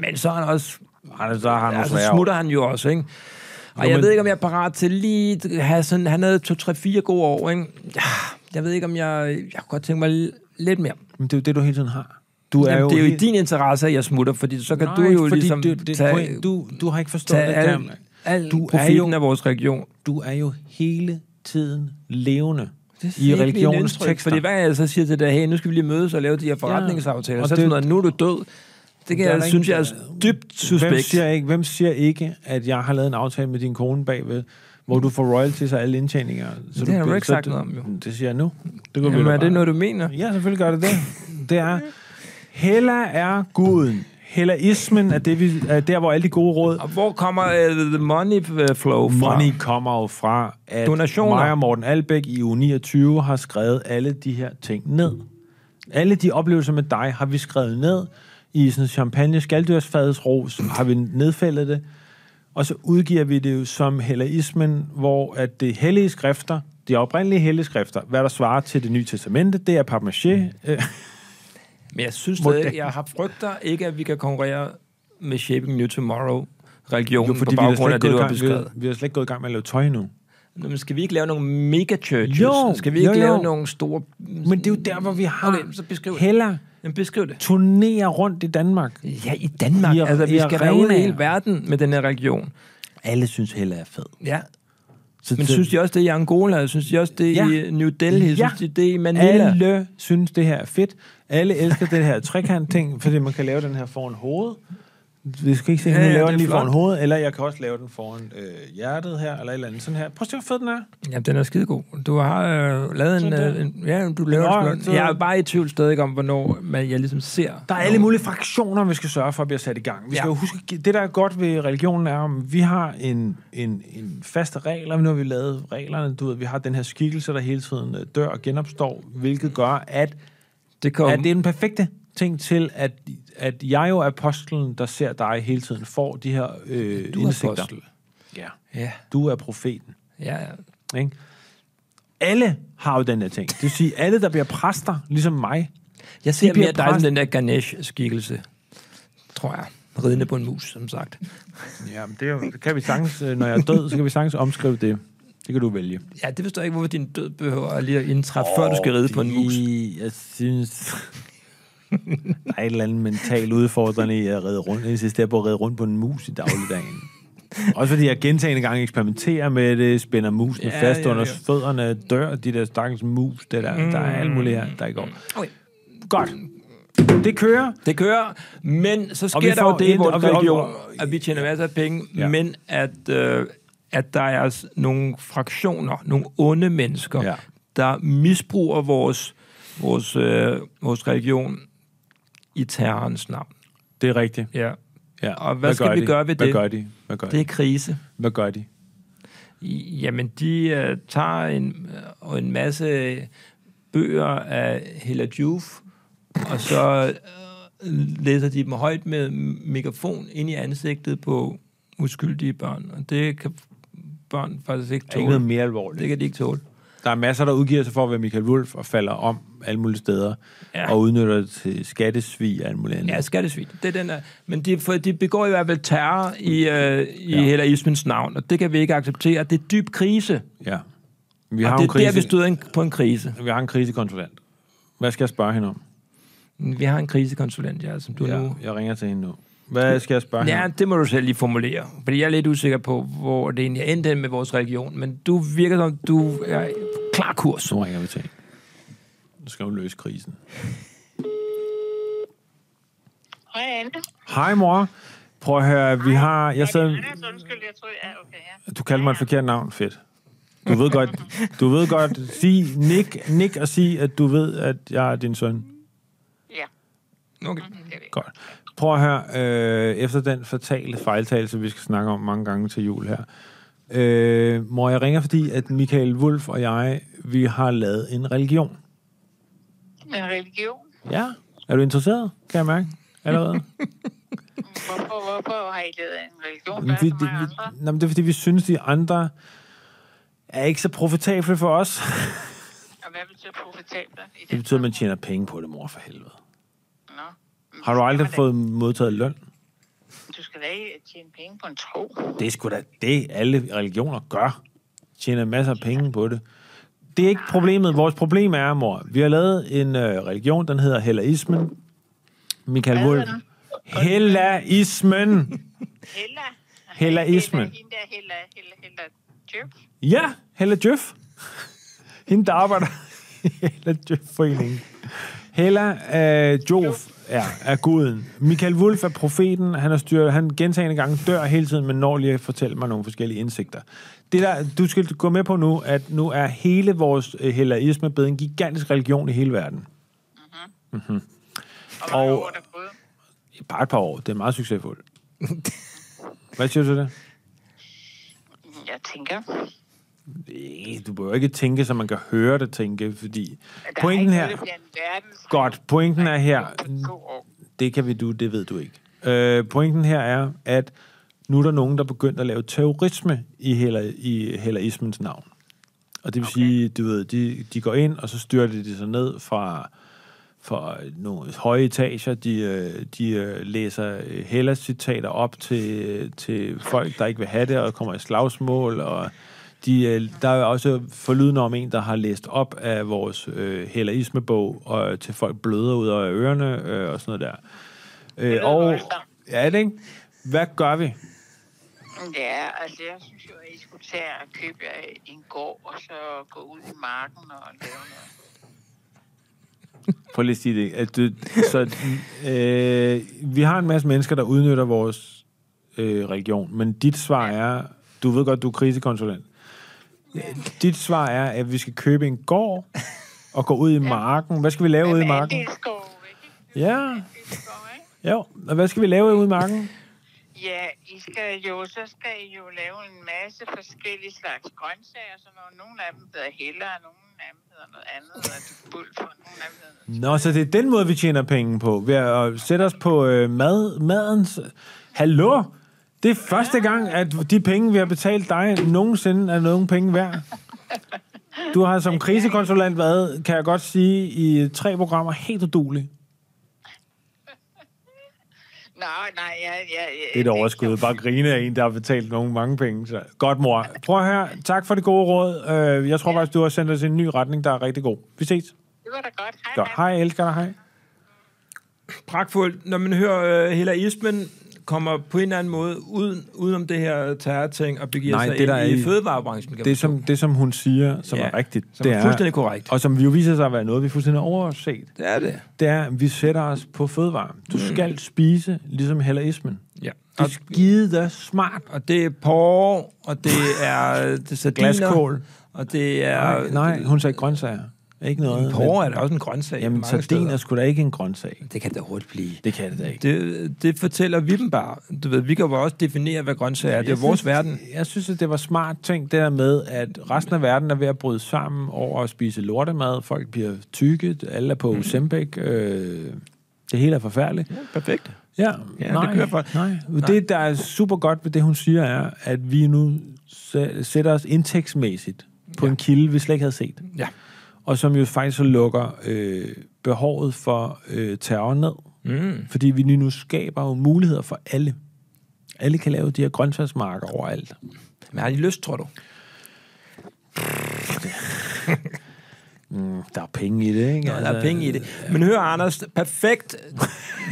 men så er han også...
Ej, så har han
Altså,
nogle svære
smutter han jo også, ikke? Og jeg
men-
ved ikke, om jeg er parat til lige at have sådan... Han havde 2-3-4 gode år, ikke? Ja, jeg ved ikke, om jeg... Jeg kunne godt tænke mig l- lidt mere.
år. Men det er jo det, du hele tiden har. Du er
Jamen,
jo
det er jo i
helt...
din interesse, at jeg smutter, fordi så kan
Nej,
du jo
fordi
ligesom
det, det,
tage,
tage, du, du har ikke forstået
tage
det. der.
al, al
Du er
profiten
jo-
af vores region.
Du er jo hele tiden levende
Det
i
er virkelig et
religionens
indtryk,
tekster.
Fordi hver gang jeg så siger til dig, hey, nu skal vi lige mødes og lave de her forretningsaftaler, og så er det sådan noget, nu er du død. Det kan
er
jeg,
der
synes jeg
ikke-
er dybt
Hvem
suspekt.
siger, ikke, hvem siger ikke, at jeg har lavet en aftale med din kone bagved, hvor du får royalties og alle indtjeninger? Så
Det har du
bliver-
ikke
så
sagt
det-
noget om, jo.
Det siger jeg nu. Det går
Jamen, er det noget, du mener?
Ja, selvfølgelig gør det det. Det er, Hella er guden. Hellaismen er, det, vi, er der, hvor alle de gode råd...
Og hvor kommer uh, the money øh, flow fra?
Money kommer jo fra, at
Donationer.
mig og Morten Albæk i uge 29 har skrevet alle de her ting ned. Alle de oplevelser med dig har vi skrevet ned i sådan en champagne skaldyrsfadets ros, har vi nedfældet det. Og så udgiver vi det jo som hellaismen, hvor at det hellige skrifter, de oprindelige hellige skrifter, hvad der svarer til det nye testamente, det er papmaché. Øh,
Men jeg synes stadig, jeg har frygter ikke, at vi kan konkurrere med Shaping New Tomorrow religionen på
vi er da slet
baggrund af
ikke
det, du
gået i
har
gang- vi,
beskrevet.
er- vi har slet ikke gået i gang med at lave tøj nu.
Nå, men skal vi ikke lave nogle mega churches?
Jo,
skal vi
jo,
ikke
jo.
lave nogle store...
Men det er jo der, hvor vi har
Okay, så beskriv det.
heller
Jamen, beskriv det.
turnerer rundt i Danmark.
Ja, i Danmark.
I-
altså,
i
vi skal være ude i
arenaer.
hele verden med den her region.
Alle synes heller er fed.
Ja,
Så
Men synes de også, det er i Angola? Synes de også, det er
Ja.
i New Delhi?
Ja.
Synes de, det er i Manila?
alle synes, det her er fedt. Alle elsker det her trekant-ting, fordi man kan lave den her foran hovedet. Vi skal ikke se, at
Ja,
jeg
ja,
laver
det er
den lige
flot.
foran hovedet, eller jeg kan også lave den foran øh, hjertet her, eller et eller andet sådan her. Prøv at se, hvor fed den er.
Ja, den er skidegod. Du har øh, lavet en,
Sådan
øh,
der.
en... Ja, du laver
Nå,
en
så-
så... Jeg er bare i tvivl stadig om, hvornår man, jeg ligesom ser...
Der er alle mulige fraktioner, vi skal sørge for at blive sat i gang. Vi
Ja.
skal jo huske, det der er godt ved religionen er, om vi har en, en, en faste regler, nu har vi lavet reglerne, du ved, vi har den her skikkelse, der hele tiden øh, dør og genopstår, hvilket gør, at
Det kom.
Ja, det er den perfekte ting til, at, at jeg jo er apostlen, der ser dig hele tiden, får de her øh,
Du er
indsigter.
apostel.
Ja.
Ja,
Du er profeten.
ja, ja.
Ikke? Alle har jo den der ting. Det vil sige, alle, der bliver præster, ligesom mig,
Jeg ser
bliver
mere dig
præst-
som den der Ganesh-skikkelse, tror jeg. Ridende på en mus, som sagt.
Jamen, det, er jo, det kan vi sagtens, øh, når jeg er død, så kan vi sagtens omskrive det. Det kan du vælge.
Ja, det forstår jeg ikke, hvorfor din død behøver lige at indtræffe, oh, før du skal ride på en mus.
Fordi Jeg synes... der er et eller andet mentalt udfordrende i at ride rundt. Jeg insisterer på at ride rundt på en mus i dagligdagen. Også fordi jeg gentagende gange eksperimenterer med det, spænder musene
Ja,
ja, fast
ja,
ja, under
ja.
fødderne, dør de der stakkels mus, det der, mm. der er alt muligt her, der ikke går.
Okay.
Godt. Det kører.
Det kører, men så
Og vi
sker der
får
jo det i
ind- og
vores
vi- og-
region,
og-
at vi tjener masser af penge,
Ja.
ja. men at, øh, at der er altså nogle fraktioner, nogle onde mennesker,
Ja.
ja. der misbruger vores, vores, øh, vores religion i terrorens navn.
Det er rigtigt.
Ja.
Ja.
Og hvad skal
gør
vi
de?
gøre ved
hvad
det?
Gør de? Hvad gør de?
Det er krise.
Hvad gør de?
Jamen, de øh, tager en, øh, en masse bøger af Hella Juf, og så øh, læser de dem højt med megafon ind i ansigtet på uskyldige børn. Og det kan børn faktisk ikke
Der er ikke noget
tåle.
mere alvorligt.
Det kan de ikke tåle.
Der er masser, der udgiver sig for at være Michael Wolf og falder om alle mulige steder ja.
Ja.
og udnytter det til skattesvig og alt muligt andet.
Ja, skattesvigt. Det er den der. Men de, for, de begår i hvert fald terror i, øh, i
Ja.
ja. hellaismens navn, og det kan vi ikke acceptere. Det er dyb krise.
ja. Vi,
Vi
har
og det
jo en
er der,
krise,
vi støder en, på en krise.
vi har en krisekonsulent. Hvad skal jeg spørge hende om?
Vi har en krisekonsulent, ja, som du ja. nu
Jeg ringer til hende nu. Hvad skal jeg spørge hende
Ja,
om?
det må du selv lige formulere. Fordi jeg er lidt usikker på, hvor det egentlig endte henne med vores religion. Men du virker som, du er klar kurs.
Så ringer vi til hende. Nu skal hun løse krisen.
Hej, Anne.
Hej mor. Prøv at høre, vi har... Jeg sad,
Anders, undskyld, jeg tror, ja, okay, ja.
du kaldte mig et forkert navn, fedt. Du ved godt, du ved godt, sig, nik, nik og sig, at du ved, at jeg er din søn.
Ja,
Okay.
det er det.
Godt. Prøv at høre, øh, efter den fatale fejltagelse, vi skal snakke om mange gange til jul her, øh, må jeg ringer, fordi at Michael Wolf og jeg, vi har lavet en religion.
Men religion,
Ja. Er du interesseret, kan jeg mærke? Allerede?
hvorfor, hvorfor har I lavet en religion? Der
Jamen,
er
vi,
så
det,
mange andre.
vi, jamen, det er, fordi vi synes, de andre er ikke så profitable for os.
Og hvad betyder profitabler i det?
Det betyder, at man tjener penge på det, mor for helvede.
Nå.
Har du aldrig fået modtaget løn?
Du skal da ikke tjene penge på en tro.
Det er sgu da det, alle religioner gør. Tjener masser af penge på det. Det er ikke problemet. Vores problem er, mor, vi har lavet en øh, religion, den hedder hellaismen. Michael
Hvad
Wolf.
hedder den?
Hellaismen.
Hella.
Hellaismen.
Hella, hende der Hella, Hella, Hella Jøb.
Ja, Hella Jøf. Hende, der arbejder i Hella Jøf-foreningen. Hella øh, Jof er, er guden. Michael Wolf er profeten. Han, er styr, han gentagende gange dør hele tiden, men når lige at fortælle mig nogle forskellige indsigter. Det der, du skal gå med på nu, at nu er hele vores øh, hellaisme blevet en gigantisk religion i hele verden.
Og hvor
Og-
mange år der gået?
I bare et par år. Det er meget succesfuldt. Hvad siger du til det?
Jeg tænker,
Øh, Du behøver ikke tænke, så man kan høre det tænke, fordi
der
pointen
er
her...
ikke noget, der bliver en verdens
Godt, pointen er her,
god år.
Det kan vi du, det ved du ikke. Øh, pointen her er, at nu er der nogen, der er begyndt at lave terrorisme i, heller, i hellaismens navn. Og det vil okay. sige, du ved, de, de går ind, og så styrter de sig ned fra, fra nogle høje etager. De, øh, de øh, læser øh, Hellas citater op til, øh, til folk, der ikke vil have det, og kommer i slagsmål. Og de, øh, der er også forlydende om en, der har læst op af vores øh, hellaismebog og, til folk bløder ud af ørerne øh, og sådan noget der. Øh,
lyder
og,
voldsomt.
ja, det ikke? Hvad gør vi?
Ja, altså jeg synes jo, at I skulle tage og købe jer en gård, og så gå ud i marken og lave noget.
Prøv lige at sige det. At du, så, øh, vi har en masse mennesker, der udnytter vores øh, religion, men dit svar er, du ved godt, du er krisekonsulent. Øh, Dit svar er, at vi skal købe en gård og gå ud i marken. Hvad skal vi lave ude i
Men
marken?
andelsgård, ikke?
Ja,
Andelsgård, ikke?
jo. Og hvad skal vi lave ude i marken?
Ja, I skal jo, så skal I jo lave en masse forskellige slags grøntsager, så når nogle af dem hedder heller, og nogle af dem hedder noget andet, og det bulf, og nogle af dem hedder
Nå, så det er den måde, vi tjener penge på. Ved at sætte os på øh, mad, madens... Hallo? Det er første gang, at de penge, vi har betalt dig, nogensinde er nogen penge værd. Du har som krisekonsulent været, kan jeg godt sige, i tre programmer helt udulig.
Nå, nej, nej, ja, ja, ja,
Mm. Det er et overskud. Bare grine af en, der har betalt nogen mange penge. Så. Godt, mor. Prøv at høre. Tak for det gode råd. Øh, Jeg tror faktisk, du har sendt os i en ny retning, der er rigtig god. Vi ses.
Det var da godt. Hej,
Godt.
mand.
Hej, elsker dig. Hej.
pragtfuldt. Når man hører uh, helaismen kommer på en eller anden måde uden, udenom det her terrorting og begiver
Nej,
sig
det, der
ind
er
i
i-
fødevarebranchen. Kan
Det som, det, som hun siger, som
Ja,
er rigtigt,
som
det
er fuldstændig korrekt.
Og som vi jo viser sig at være noget, vi fuldstændig har overset,
det er det.
det er, at vi sætter os på fødevare.
Mm.
Du skal spise, ligesom hellaismen.
Ja.
Det
Og,
er skide smart.
og det er porre, og det er øh, det er sardiner,
Glaskål.
og det er...
Nej, nej, hun sagde grøntsager. Ikke noget.
Porre er da også en grøntsag.
Jamen,
mange
sardin er
steder.
sgu da ikke en grøntsag.
Det kan det da hurtigt blive.
Det kan det da ikke.
Det, det fortæller vi dem bare. Du ved, vi kan jo også definere, hvad grøntsager er. Det er
Jeg
vores
synes,
verden.
Jeg synes, at det var smart ting, det der med, at resten af verden er ved at bryde sammen over at spise lortemad. Folk bliver tykket, alle er på Ozempic. Øh, det hele er forfærdeligt.
Perfekt.
Ja,
Ja,
nej,
det kører for-
nej. Det, der er super godt ved det, hun siger, er, at vi nu sæ- sætter os indtægtsmæssigt på ja. en kilde, vi slet ikke havde set.
Ja.
Og som jo faktisk så lukker øh, behovet for øh, terror ned. Mm. Fordi vi lige nu skaber jo muligheder for alle. Alle kan lave de her grøntsagsmarker overalt.
Men har de lyst, tror du?
Mm, der er penge i det, ikke?
Ja, der er penge i det.
øh,
Men hør, Anders, perfekt.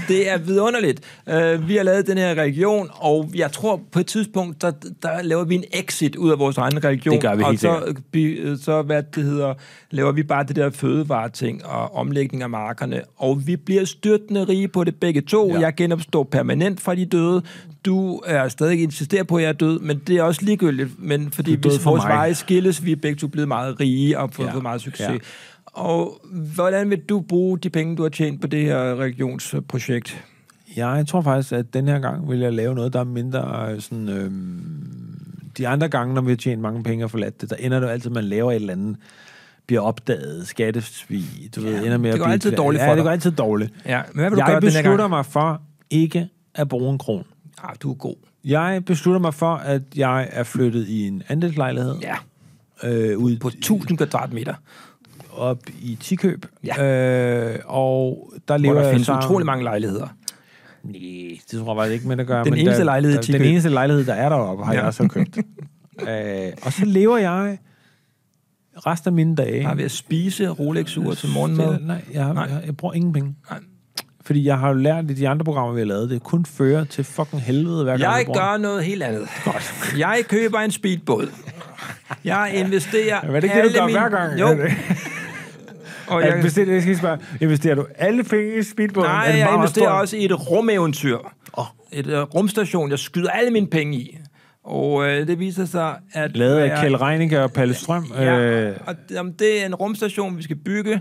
Det er vidunderligt. Uh, vi har lavet den her religion, og jeg tror på et tidspunkt, der, der laver vi en exit ud af vores egen religion.
Det gør vi
og
helt
så, bi- øh, så, hvad det hedder, laver vi bare det der fødevareting og omlægning af markerne. Og vi bliver styrtende rige på det begge to. Ja.
Ja.
Jeg genopstår permanent fra de døde. Du er stadig insisteret på, at jeg er død, men det er også ligegyldigt. Men fordi
er død
hvis
for
vores
mig.
veje skilles, vi er begge to blevet meget rige og fået
Ja.
ja. meget succes.
Ja.
Ja. Og hvordan vil du bruge de penge, du har tjent på det her regionsprojekt?
Jeg tror faktisk, at den her gang vil jeg lave noget, der er mindre øh, sådan... Øhm, de andre gange, når vi har tjent mange penge og forladt det, der ender det jo altid, at man laver et eller andet, bliver opdaget, skattesvig, du ja, ved, ender med
det
at
går
blive-
altid dårligt
ja,
for
det
dig.
går altid dårligt.
Ja, men hvad vil du
jeg
gøre den her
beslutter
gang?
mig for ikke at bruge en kron.
Ah, du er god.
Jeg beslutter mig for, at jeg er flyttet i en andelslejlighed.
Ja,
Øh, ud
på 1000 kvadratmeter,
op i Tikøb.
Ja.
Øh, og der lever
hvor der
jeg
findes
sammen-
utrolig mange lejligheder.
Nej, det tror jeg faktisk ikke, men der gør.
Den
men
eneste
der,
lejlighed i
der, Den
Tikøb.
eneste lejlighed, der er deroppe, har
Ja.
ja. jeg så købt. øh, og så lever jeg resten af mine dage.
Bare ved at spise Rolex-ure til morgenmad.
Det- Nej, jeg, har,
Nej.
Jeg, jeg bruger ingen penge.
Nej.
Fordi jeg har jo lært i de andre programmer, vi har lavet, det kun fører til fucking helvede hver gang.
Jeg
vi bruger
gør noget helt andet. Godt. Jeg køber en speedbåd. Jeg investerer
den. Men det kan
alle
du gøre
mine...
hver gang.
Jo,
Er det-
og
Jeg
jeg...
investerer, jeg skal lige spørge, investerer du alle penge i speedbåden? Er
Nej,
det
jeg
meget, meget
investerer
stort?
også i et rumeventyr. Oh. Et uh, rumstation, jeg skyder alle mine penge i. Og uh, det viser sig, at...
Lavet af
være-
Kjell Reinicke og Palle Strøm.
Ja,
Øh,
og det, om det er en rumstation, vi skal bygge.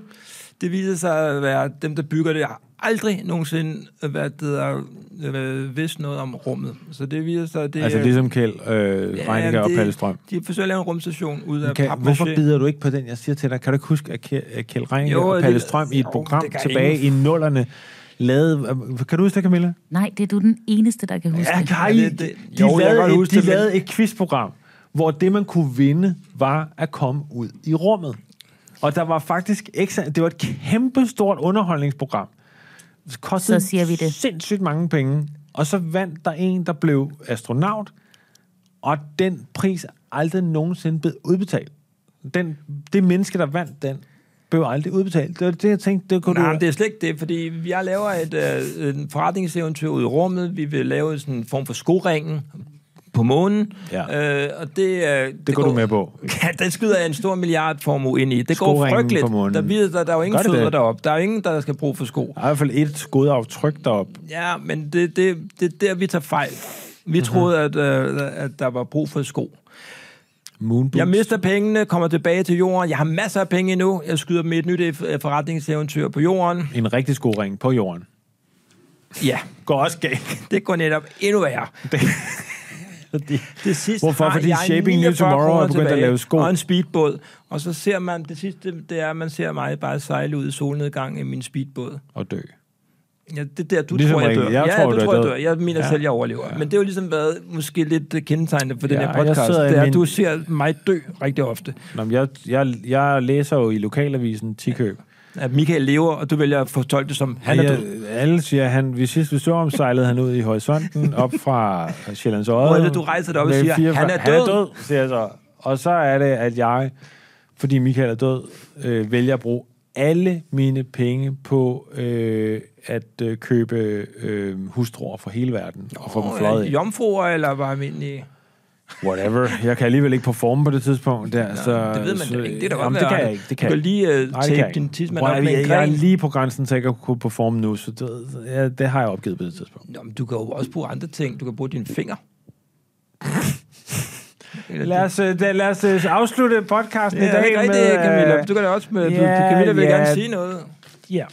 Det viser sig at være dem, der bygger det, har aldrig nogensinde hvad det hedder, øh, vidst noget om rummet. Så det viser sig, at det
altså
er-
ligesom Kjell øh,
Ja,
Reinicke
jamen,
og
det-
Palle Strøm.
De forsøger at lave en rumstation ud af
Kan,
papmaché.
hvorfor bider du ikke på den, jeg siger til dig? Kan du ikke huske, at Kje- at Kjeld Reinicke
Jo,
og
det-
Palle Strøm i et
jo,
program
det gør
tilbage
ingen.
i nullerne lavede... Kan du huske det, Camilla?
Nej, det er du den eneste, der kan huske. det.
kan
Ja, det- det-
De,
jo, jeg kan godt
lavede, et,
huske
de
det, men-
lavede et quizprogram, hvor det, man kunne vinde, var at komme ud i rummet. Og der var faktisk... Ekstra, det var et kæmpestort underholdningsprogram. Det kostede
Så siger vi det.
sindssygt mange penge. Og så vandt der en, der blev astronaut, og den pris er aldrig nogensinde blevet udbetalt. Den, det menneske, der vandt den, blev aldrig udbetalt. Det var det, jeg tænkte, det kunne
Nej,
du...
men det er slet ikke det, fordi jeg laver et øh, en forretningseventyr ud i rummet. Vi vil lave sådan en form for skoringen på månen.
Ja.
Øh, og det, øh, det,
går du med på.
Ja, det skyder jeg en stor milliardformue ind i. Det går
Skoringen
frygteligt.
på månen.
Der, viser, der, der er jo ingen
Gør det
fødder
det?
deroppe. Der er jo ingen, der skal bruge for sko.
Der er i hvert fald et skodaftryk derop.
Ja, men det, det, det er der, vi tager fejl. Vi
Mhm.
troede, at, øh, at der var brug for sko.
Moonboots.
Jeg mister pengene, kommer tilbage til jorden. Jeg har masser af penge endnu. Jeg skyder med et nyt øh, forretningseventyr på jorden.
En rigtig skoring på jorden.
Ja,
Går også galt.
det går netop endnu værre.
Fordi
Det sidste
Hvorfor?
har
Fordi
jeg
Shaping New
49
Tomorrow
kroner
er begyndt at
tilbage,
lave sko.
Og en speedbåd. Og så ser man, det sidste, det er, at man ser mig bare sejle ud i solnedgang i min speedbåd.
at dø.
Ja, det er der, du
Ligesom
tror, jeg dør.
Rikke. Jeg
ja,
tror,
du
du er
tror, jeg
død.
dør. Jeg mener
Ja.
selv, jeg overlever. Men det har jo ligesom været måske lidt øh, kendetegnende for den
Ja,
her
jeg
podcast.
sidder i
Det er,
min-
at du ser mig dø rigtig ofte.
Nå, men jeg, jeg, jeg læser jo i lokalavisen Tikøb,
at Michael lever, og du vælger at fortolke det som, han er død.
Ja, alle siger, han, vi sidst vi så om, sejlede han ud i horisonten, op fra Sjællands Odde.
Hvor er det, du rejser dig op og
Med
siger,
fire-
"Han er
han er
død."
død, siger jeg så. Og så er det, at jeg, fordi Michael er død, øh, vælger at bruge alle mine penge på øh, at øh, købe øh, hustruer fra hele verden og få dem fløjet ind.
Øh, Jomfruer, eller bare almindelige?
Whatever. Jeg kan alligevel ikke performe på det tidspunkt der, så...
det ved man
Øh, så,
da ikke. Det er da godt
jamen, det
være,
kan
Arne.
jeg ikke. Det kan
Du
jeg
kan lige, øh,
Nej, det kan
tape
jeg
din
ikke.
tidsmand
Bror,
op med
jeg,
en
jeg er
gren.
lige på grænsen til, at jeg kunne performe nu, så det, ja, det har jeg opgivet på det tidspunkt.
Nå, men du kan jo også bruge andre ting. Du kan bruge dine fingre. Eller
Lad os, øh, da, lad os øh, afslutte podcasten
Ja,
i
det er
dag
ikke rigtigt,
med... øh,
Camilla. Du kan da også med, du,
ja,
Camilla vil
ja.
gerne sige noget.
Ja.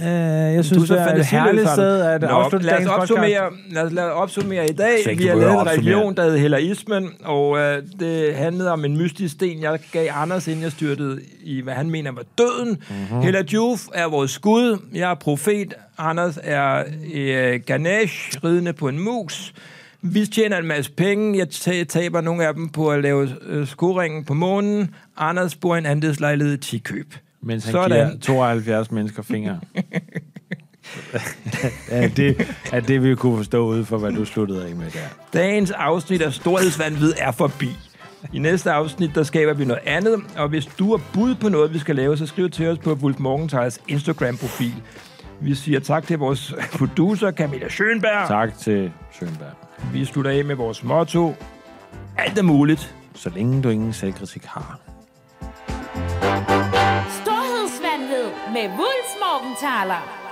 Øh, jeg
Du er
synes,
så
det er et
fantasiløs,
herligt
Arne.
sted at
Nå,
afslutte
lad os
dagens podcast.
opsummere, lad os, lad os opsummere i dag.
Så ikke,
Vi
du
har
behøver
lavet en
at opsummere.
religion, der hed hellerismen, og øh, det handlede om en mystisk sten, jeg gav Anders, inden jeg styrtede i, hvad han mener var døden.
Mhm.
Mm-hmm. Hella Juf er vores Gud. Jeg er profet. Anders er øh, Ganesh, ridende på en mus. Vi tjener en masse penge. Jeg ta- taber nogle af dem på at lave øh, skoringen på månen. Anders bor i en andelslejlighed i Tikøb.
Mens han
Sådan.
giver 72 mennesker fingre. ja, det er det, vi kunne forstå ud fra, hvad du sluttede af med der.
Dagens afsnit af Storhedsvandvid er forbi. I næste afsnit, der skaber vi noget andet, og hvis du har bud på noget, vi skal lave, så skriv til os på Wolf Morgenthalers Instagram-profil. Vi siger tak til vores producer, Camilla Schönberg.
Tak til Sjønberg.
Vi slutter af med vores motto. Alt er muligt.
Så længe du ingen selvkritik har.
Storhedsvandved med Wulf Morgenthaler.